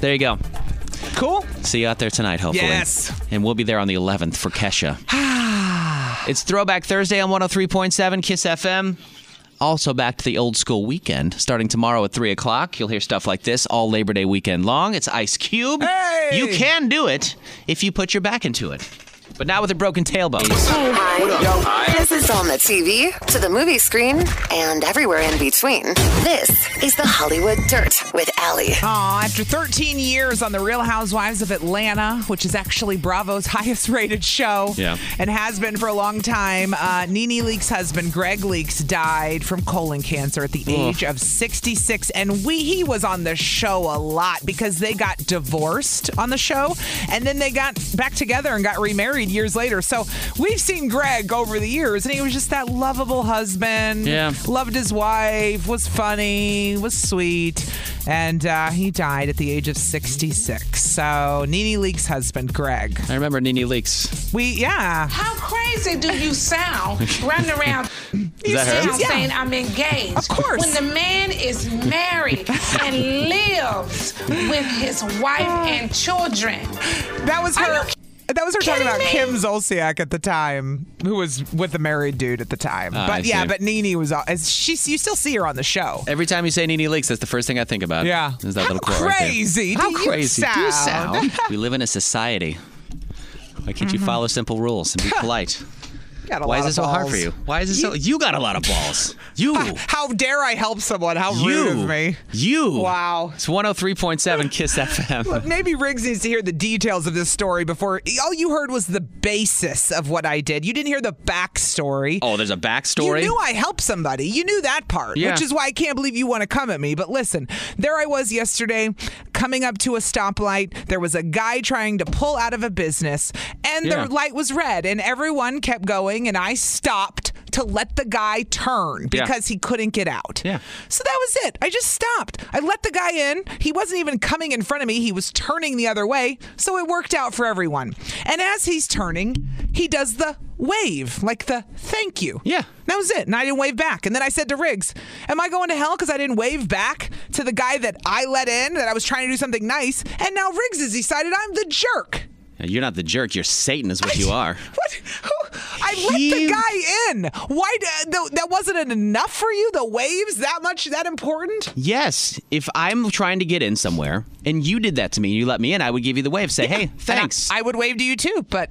[SPEAKER 3] There you go.
[SPEAKER 2] Cool.
[SPEAKER 3] See you out there tonight, hopefully.
[SPEAKER 2] Yes.
[SPEAKER 3] And we'll be there on the 11th for Kesha.
[SPEAKER 2] Ah.
[SPEAKER 3] it's Throwback Thursday on 103.7 Kiss FM. Also back to the old school weekend. Starting tomorrow at 3 o'clock, you'll hear stuff like this all Labor Day weekend long. It's Ice Cube.
[SPEAKER 2] Hey!
[SPEAKER 3] You can do it if you put your back into it, but not with a broken tailbone.
[SPEAKER 1] This is on the TV, to the movie screen, and everywhere in between. This is the Hollywood Dirt with Allie.
[SPEAKER 2] Aw, after 13 years on The Real Housewives of Atlanta, which is actually Bravo's highest rated show
[SPEAKER 3] Yeah.
[SPEAKER 2] and has been for a long time, uh, Nene Leakes' husband, Greg Leakes, died from colon cancer at the age of 66. And we, he was on the show a lot because they got divorced on the show and then they got back together and got remarried years later. So we've seen Greg over the years and he was just that lovable husband
[SPEAKER 3] Yeah.
[SPEAKER 2] loved his wife, was funny, was sweet, and uh, he died at the age of 66. So Nene Leakes' husband, Greg.
[SPEAKER 3] I remember Nene Leaks.
[SPEAKER 2] We yeah.
[SPEAKER 4] How crazy do you sound running around
[SPEAKER 3] Is that her?
[SPEAKER 9] I'm saying I'm engaged. Of course. When the man is married and lives with his wife and children.
[SPEAKER 2] That was her. That was her talking about Kim Zolciak at the time, who was with a married dude at the time.
[SPEAKER 3] Ah, I
[SPEAKER 2] but yeah,
[SPEAKER 3] see.
[SPEAKER 2] but Nene was. all- As she, you still see her on the show.
[SPEAKER 3] Every time you say Nene Leaks, that's the first thing I think about.
[SPEAKER 2] Yeah.
[SPEAKER 3] Is that little quote Right there.
[SPEAKER 2] crazy do
[SPEAKER 3] How
[SPEAKER 2] you
[SPEAKER 3] crazy do you sound?
[SPEAKER 2] sound?
[SPEAKER 3] we live in a society. Why can't you
[SPEAKER 2] Mhm.
[SPEAKER 3] follow simple rules and be polite?
[SPEAKER 2] Got a
[SPEAKER 3] Why
[SPEAKER 2] lot
[SPEAKER 3] is it so
[SPEAKER 2] of
[SPEAKER 3] hard
[SPEAKER 2] balls.
[SPEAKER 3] for you? Why is it so? You got a lot of balls. You.
[SPEAKER 2] How dare I help someone? How
[SPEAKER 3] you.
[SPEAKER 2] rude of me.
[SPEAKER 3] You.
[SPEAKER 2] Wow.
[SPEAKER 3] It's 103.7 Kiss
[SPEAKER 2] Look,
[SPEAKER 3] FM.
[SPEAKER 2] maybe Riggs needs to hear the details of this story before. All you heard was the basis of what I did. You didn't hear the backstory.
[SPEAKER 3] Oh, there's a backstory.
[SPEAKER 2] You knew I helped somebody. You knew that part,
[SPEAKER 3] Yeah.
[SPEAKER 2] which is why I can't believe you want to come at me. But listen, there I was yesterday coming up to a stoplight. There was a guy trying to pull out of a business, and
[SPEAKER 4] Yeah.
[SPEAKER 2] the light was red, and everyone kept going, and I stopped to let the guy turn
[SPEAKER 4] Yeah.
[SPEAKER 2] because he couldn't get out. Yeah. So that was it. I just stopped. I let the guy in. He wasn't even coming in front of me. He was turning the other way. So it worked out for everyone. And as he's turning, he does the wave, like the thank you. Yeah. That was it. And I didn't wave back. And then I said to Riggs, Am I going to hell because I didn't wave back to the guy that I let in, that I was trying to do something nice? And now Riggs has decided I'm the jerk.
[SPEAKER 3] You're not the jerk. You're Satan, is what you are.
[SPEAKER 2] I let the guy in. Why? d- th- That wasn't enough for you? The waves? That much? That important?
[SPEAKER 3] Yes, if I'm trying to get in somewhere and you did that to me and you let me in, I would give you the wave, say, "Hey, thanks."
[SPEAKER 2] I would wave to you too, but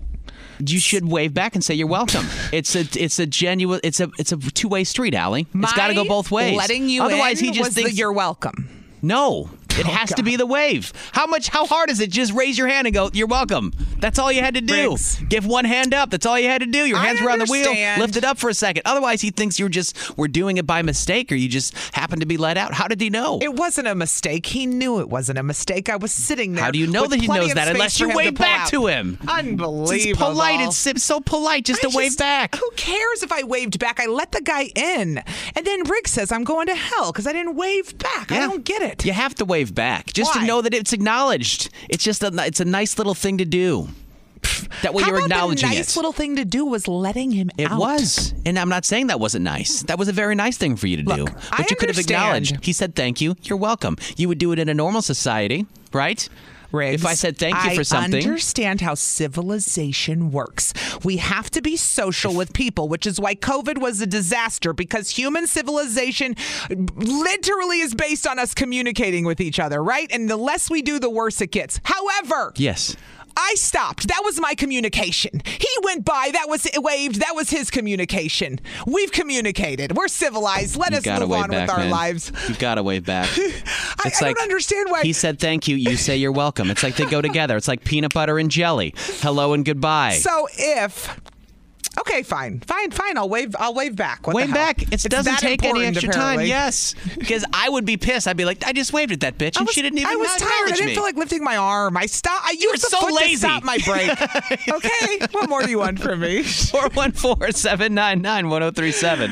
[SPEAKER 3] you should wave back and say you're welcome. it's a it's a genuine it's a it's a two-way street, Allie. It's got to go
[SPEAKER 2] My
[SPEAKER 3] both ways.
[SPEAKER 2] letting you
[SPEAKER 3] Otherwise,
[SPEAKER 2] in
[SPEAKER 3] he just
[SPEAKER 2] was the Oh,
[SPEAKER 3] thinks
[SPEAKER 2] you're welcome.
[SPEAKER 3] No. It has to be the wave. How much? How hard is it? Just raise your hand and go. You're welcome. That's all you had to do. Give one hand up. That's all you had to do. Your
[SPEAKER 2] I
[SPEAKER 3] hands were on the wheel.
[SPEAKER 2] understand.
[SPEAKER 3] Lift it up for a second. Otherwise, he thinks you're just we're doing it by mistake, or you just happened to be let out. How did he know?
[SPEAKER 2] It wasn't a mistake. He knew it wasn't a mistake. I was sitting there.
[SPEAKER 3] How do you know
[SPEAKER 2] with
[SPEAKER 3] that he
[SPEAKER 2] plenty
[SPEAKER 3] knows
[SPEAKER 2] of
[SPEAKER 3] that
[SPEAKER 2] space
[SPEAKER 3] unless
[SPEAKER 2] for
[SPEAKER 3] you
[SPEAKER 2] him
[SPEAKER 3] wave
[SPEAKER 2] pull
[SPEAKER 3] back
[SPEAKER 2] out.
[SPEAKER 3] to him?
[SPEAKER 2] Unbelievable.
[SPEAKER 3] It's polite. It's sim- so polite just to wave back.
[SPEAKER 2] Who cares if I waved back? I let the guy in. And then Rick says I'm going to hell because I didn't wave back. I don't get it.
[SPEAKER 3] You have to wave back just
[SPEAKER 2] Why?
[SPEAKER 3] to know that it's acknowledged. It's just a it's a nice little thing to do. That way
[SPEAKER 2] How
[SPEAKER 3] you're
[SPEAKER 2] about
[SPEAKER 3] acknowledging
[SPEAKER 2] the nice
[SPEAKER 3] it.
[SPEAKER 2] little thing to do was letting him
[SPEAKER 3] It
[SPEAKER 2] out.
[SPEAKER 3] was. And I'm not saying that wasn't nice. That was a very nice thing for you to do. But
[SPEAKER 2] I
[SPEAKER 3] you could have acknowledged.
[SPEAKER 2] understand.
[SPEAKER 3] He said thank you. You're welcome. You would do it in a normal society, right? Right. If I said thank you
[SPEAKER 2] I
[SPEAKER 3] for something.
[SPEAKER 2] understand how civilization works. We have to be social with people, which is why COVID was a disaster because human civilization literally is based on us communicating with each other, right? And the less we do, the worse it gets. However,
[SPEAKER 3] yes.
[SPEAKER 2] I stopped. That was my communication. He went by. That was waved. That was his communication. We've communicated. We're civilized. Let
[SPEAKER 3] You
[SPEAKER 2] us
[SPEAKER 3] gotta
[SPEAKER 2] move
[SPEAKER 3] wave
[SPEAKER 2] on
[SPEAKER 3] back,
[SPEAKER 2] with our
[SPEAKER 3] man.
[SPEAKER 2] lives.
[SPEAKER 3] You gotta wave back. It's
[SPEAKER 2] I
[SPEAKER 3] like
[SPEAKER 2] don't understand why
[SPEAKER 3] he said thank you. You say you're welcome. It's like they go together. It's like peanut butter and jelly. Hello and goodbye.
[SPEAKER 2] So if okay, fine, fine, fine, I'll wave, I'll wave back. What the
[SPEAKER 3] Wave
[SPEAKER 2] hell?
[SPEAKER 3] back. It
[SPEAKER 2] It's
[SPEAKER 3] doesn't
[SPEAKER 2] that
[SPEAKER 3] take any
[SPEAKER 2] important,
[SPEAKER 3] extra time.
[SPEAKER 2] apparently.
[SPEAKER 3] Yes, because I would be pissed. I'd be like, I just waved at that bitch,
[SPEAKER 2] I
[SPEAKER 3] and
[SPEAKER 2] was,
[SPEAKER 3] she didn't even.
[SPEAKER 2] I was
[SPEAKER 3] acknowledge
[SPEAKER 2] tired. I didn't
[SPEAKER 3] me.
[SPEAKER 2] feel like lifting my arm. I stopped. I
[SPEAKER 3] You
[SPEAKER 2] used
[SPEAKER 3] were
[SPEAKER 2] the
[SPEAKER 3] so
[SPEAKER 2] foot
[SPEAKER 3] lazy.
[SPEAKER 2] to stop my break. okay, what more do you want from me?
[SPEAKER 3] 414 799 1037.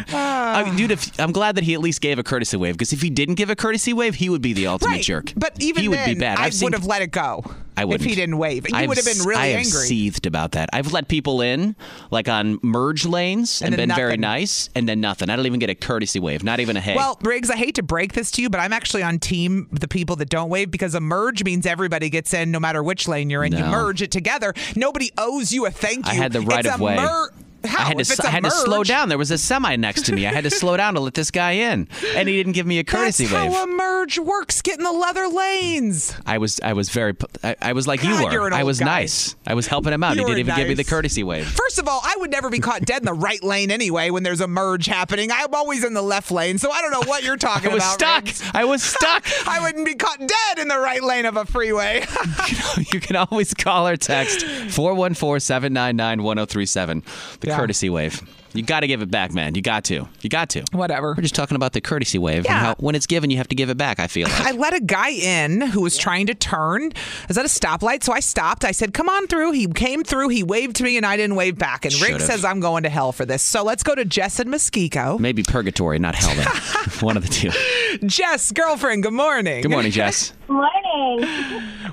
[SPEAKER 3] Dude, if, I'm glad that he at least gave a courtesy wave because if he didn't give a courtesy wave, he would be the ultimate
[SPEAKER 2] Right.
[SPEAKER 3] jerk.
[SPEAKER 2] But even
[SPEAKER 3] he would
[SPEAKER 2] then,
[SPEAKER 3] be bad.
[SPEAKER 2] I
[SPEAKER 3] I've seen-
[SPEAKER 2] would have let it go.
[SPEAKER 3] I wouldn't.
[SPEAKER 2] If he didn't wave, you
[SPEAKER 3] I've
[SPEAKER 2] would have been
[SPEAKER 3] s-
[SPEAKER 2] really
[SPEAKER 3] I have
[SPEAKER 2] angry.
[SPEAKER 3] seethed about that. I've let people in, like on merge lanes,
[SPEAKER 2] And
[SPEAKER 3] and,
[SPEAKER 2] then
[SPEAKER 3] been very
[SPEAKER 2] nothing.
[SPEAKER 3] nice, and then nothing. I don't even get a courtesy wave, not even a hey.
[SPEAKER 2] Well, Riggs, I hate to break this to you, but I'm actually on team the people that don't wave because a merge means everybody gets in no matter which lane you're in. You
[SPEAKER 3] No.
[SPEAKER 2] merge it together. Nobody owes you a thank you.
[SPEAKER 3] I had the
[SPEAKER 2] It's
[SPEAKER 3] right
[SPEAKER 2] a
[SPEAKER 3] of way.
[SPEAKER 2] mer- How?
[SPEAKER 3] I had to,
[SPEAKER 2] If it's
[SPEAKER 3] s- I
[SPEAKER 2] a
[SPEAKER 3] had to slow
[SPEAKER 2] merge-
[SPEAKER 3] down. There was a semi next to me. I had to slow down to let this guy in, and he didn't give me a courtesy
[SPEAKER 2] That's
[SPEAKER 3] wave.
[SPEAKER 2] how a merge works. Get in the leather lanes.
[SPEAKER 3] I was I was very p- I, I was like you
[SPEAKER 2] God,
[SPEAKER 3] were.
[SPEAKER 2] you're an
[SPEAKER 3] I
[SPEAKER 2] old
[SPEAKER 3] was
[SPEAKER 2] guy.
[SPEAKER 3] nice. I was helping him out.
[SPEAKER 2] You
[SPEAKER 3] he
[SPEAKER 2] were
[SPEAKER 3] didn't even give me the
[SPEAKER 2] nice.
[SPEAKER 3] courtesy wave.
[SPEAKER 2] First of all, I would never be caught dead in the right lane anyway when there's a merge happening. I'm always in the left lane, so I don't know what you're talking
[SPEAKER 3] I was
[SPEAKER 2] about.
[SPEAKER 3] stuck. I was stuck.
[SPEAKER 2] I wouldn't be caught dead in the right lane of a freeway.
[SPEAKER 3] you can always call or text 414-799-1037. The
[SPEAKER 2] Yeah.
[SPEAKER 3] courtesy wave. You got to give it back, man. You got to. You got to.
[SPEAKER 2] Whatever.
[SPEAKER 3] We're just talking about the courtesy wave and how when it's given you have to give it back, I feel like.
[SPEAKER 2] I let a guy in who was trying to turn. I was at a stoplight, so I stopped. I said, "Come on through." He came through. He waved to me, and I didn't wave back. And Rick
[SPEAKER 3] Should've.
[SPEAKER 2] says, "I'm going to hell for this." So let's go to Jess and Muskego.
[SPEAKER 3] Maybe purgatory, not hell then. One of the two.
[SPEAKER 2] Jess, girlfriend, good morning.
[SPEAKER 3] Good morning, Jess.
[SPEAKER 10] Morning.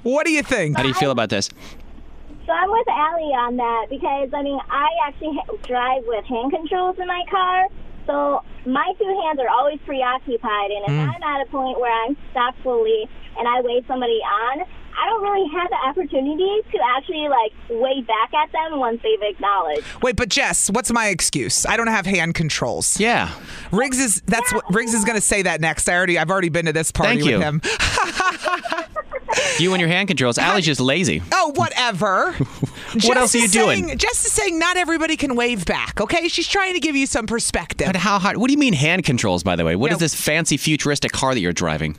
[SPEAKER 2] what do you think?
[SPEAKER 3] How do you feel about this?
[SPEAKER 10] So I'm with Allie on that because I mean I actually ha- drive with hand controls in my car, So my two hands are always preoccupied, and if
[SPEAKER 4] Mm.
[SPEAKER 10] I'm at a point where I'm stuck fully and I wave somebody on, I don't really have the opportunity to actually like wave back at them once they've acknowledged.
[SPEAKER 2] Wait, but Jess, what's my excuse? I don't have hand controls. Yeah. Riggs is that's what Riggs is going to say that next. I already I've already been to this party
[SPEAKER 3] Thank you.
[SPEAKER 2] with him.
[SPEAKER 3] You and your hand controls. Allie's just lazy.
[SPEAKER 2] Oh, whatever. Jess
[SPEAKER 3] else are
[SPEAKER 2] is
[SPEAKER 3] you doing?
[SPEAKER 2] saying- Jess is saying not everybody can wave back, okay? She's trying to give you some perspective.
[SPEAKER 3] But how hard? What do you mean hand controls? By the way, What is this fancy futuristic car that you're driving?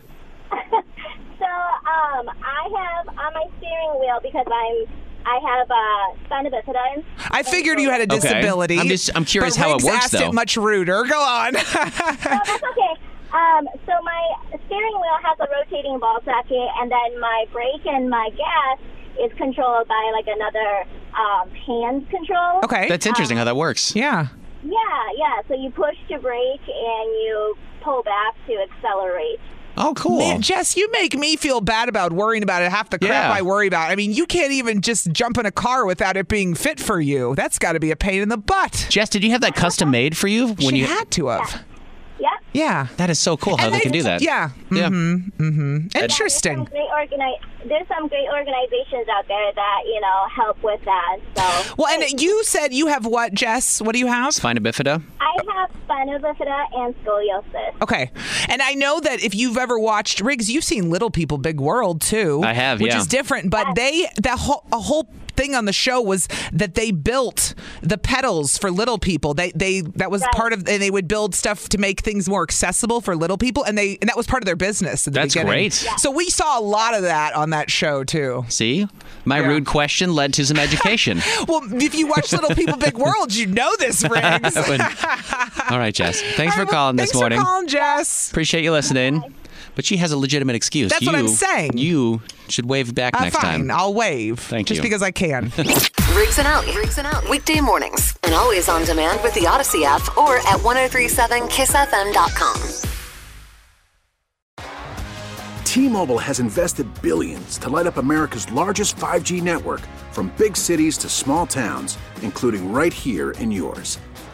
[SPEAKER 10] So um, I have on my steering wheel because I'm I have uh, spina bifida.
[SPEAKER 2] I figured you had a
[SPEAKER 3] Okay.
[SPEAKER 2] disability.
[SPEAKER 3] I'm just- I'm curious
[SPEAKER 2] but
[SPEAKER 3] how it
[SPEAKER 2] Riggs
[SPEAKER 3] works,
[SPEAKER 2] asked
[SPEAKER 3] though.
[SPEAKER 2] It much ruder. Go on.
[SPEAKER 10] no, that's okay. Um, so my steering wheel has a rotating ball socket, and then my brake and my gas is controlled by like another um, hand control.
[SPEAKER 3] That's interesting how that works.
[SPEAKER 2] Yeah.
[SPEAKER 10] Yeah, yeah. So you push to brake and you pull back to accelerate.
[SPEAKER 3] Oh, cool.
[SPEAKER 2] Man, Jess, you make me feel bad about worrying about it. Half the crap
[SPEAKER 3] Yeah.
[SPEAKER 2] I worry about. I mean, you can't even just jump in a car without it being fit for you. That's got to be a pain in the butt.
[SPEAKER 3] Jess, did you have that custom made for you? When
[SPEAKER 2] she
[SPEAKER 3] you
[SPEAKER 2] had to have.
[SPEAKER 10] Yep.
[SPEAKER 2] Yeah.
[SPEAKER 3] That is so cool how
[SPEAKER 10] And
[SPEAKER 3] they
[SPEAKER 10] I-
[SPEAKER 3] can do that.
[SPEAKER 2] Yeah.
[SPEAKER 3] Yeah.
[SPEAKER 2] Mm-hmm.
[SPEAKER 10] Some
[SPEAKER 2] Interesting.
[SPEAKER 10] great organi- There's some great organizations out there that you know help with that. So
[SPEAKER 2] Well, and you said you have what, Jess? What do you have?
[SPEAKER 3] Spina bifida.
[SPEAKER 10] I have spina bifida and scoliosis.
[SPEAKER 2] Okay. And I know that if you've ever watched Riggs, you've seen Little People Big World too.
[SPEAKER 3] I have,
[SPEAKER 2] Which
[SPEAKER 3] yeah.
[SPEAKER 2] is different, but they the whole a whole thing on the show was that they built the pedals for little people. They they that was part of and they would build stuff to make things more accessible for little people and they and that was part of their business at the
[SPEAKER 3] That's
[SPEAKER 2] beginning.
[SPEAKER 3] great. Yeah.
[SPEAKER 2] So we saw a lot of that on that show too.
[SPEAKER 3] See, my rude question led to some education.
[SPEAKER 2] Well, if you watch Little People Big World, you know this, Riggs.
[SPEAKER 3] That would- All right, Jess. Thanks for calling
[SPEAKER 2] Thanks
[SPEAKER 3] this morning.
[SPEAKER 2] for calling, Jess.
[SPEAKER 3] Appreciate you listening. But she has a legitimate excuse.
[SPEAKER 2] That's
[SPEAKER 3] you,
[SPEAKER 2] what I'm saying.
[SPEAKER 3] You should wave back
[SPEAKER 2] Uh,
[SPEAKER 3] next
[SPEAKER 2] fine,
[SPEAKER 3] time.
[SPEAKER 2] I'll wave.
[SPEAKER 3] Thank
[SPEAKER 2] just
[SPEAKER 3] you.
[SPEAKER 2] because I can.
[SPEAKER 1] Riggs and Out. Riggs and Out. Weekday mornings. And always on demand with the Odyssey app or at 1037kissfm.com.
[SPEAKER 11] T-Mobile has invested billions to light up America's largest 5G network from big cities to small towns, including right here in yours.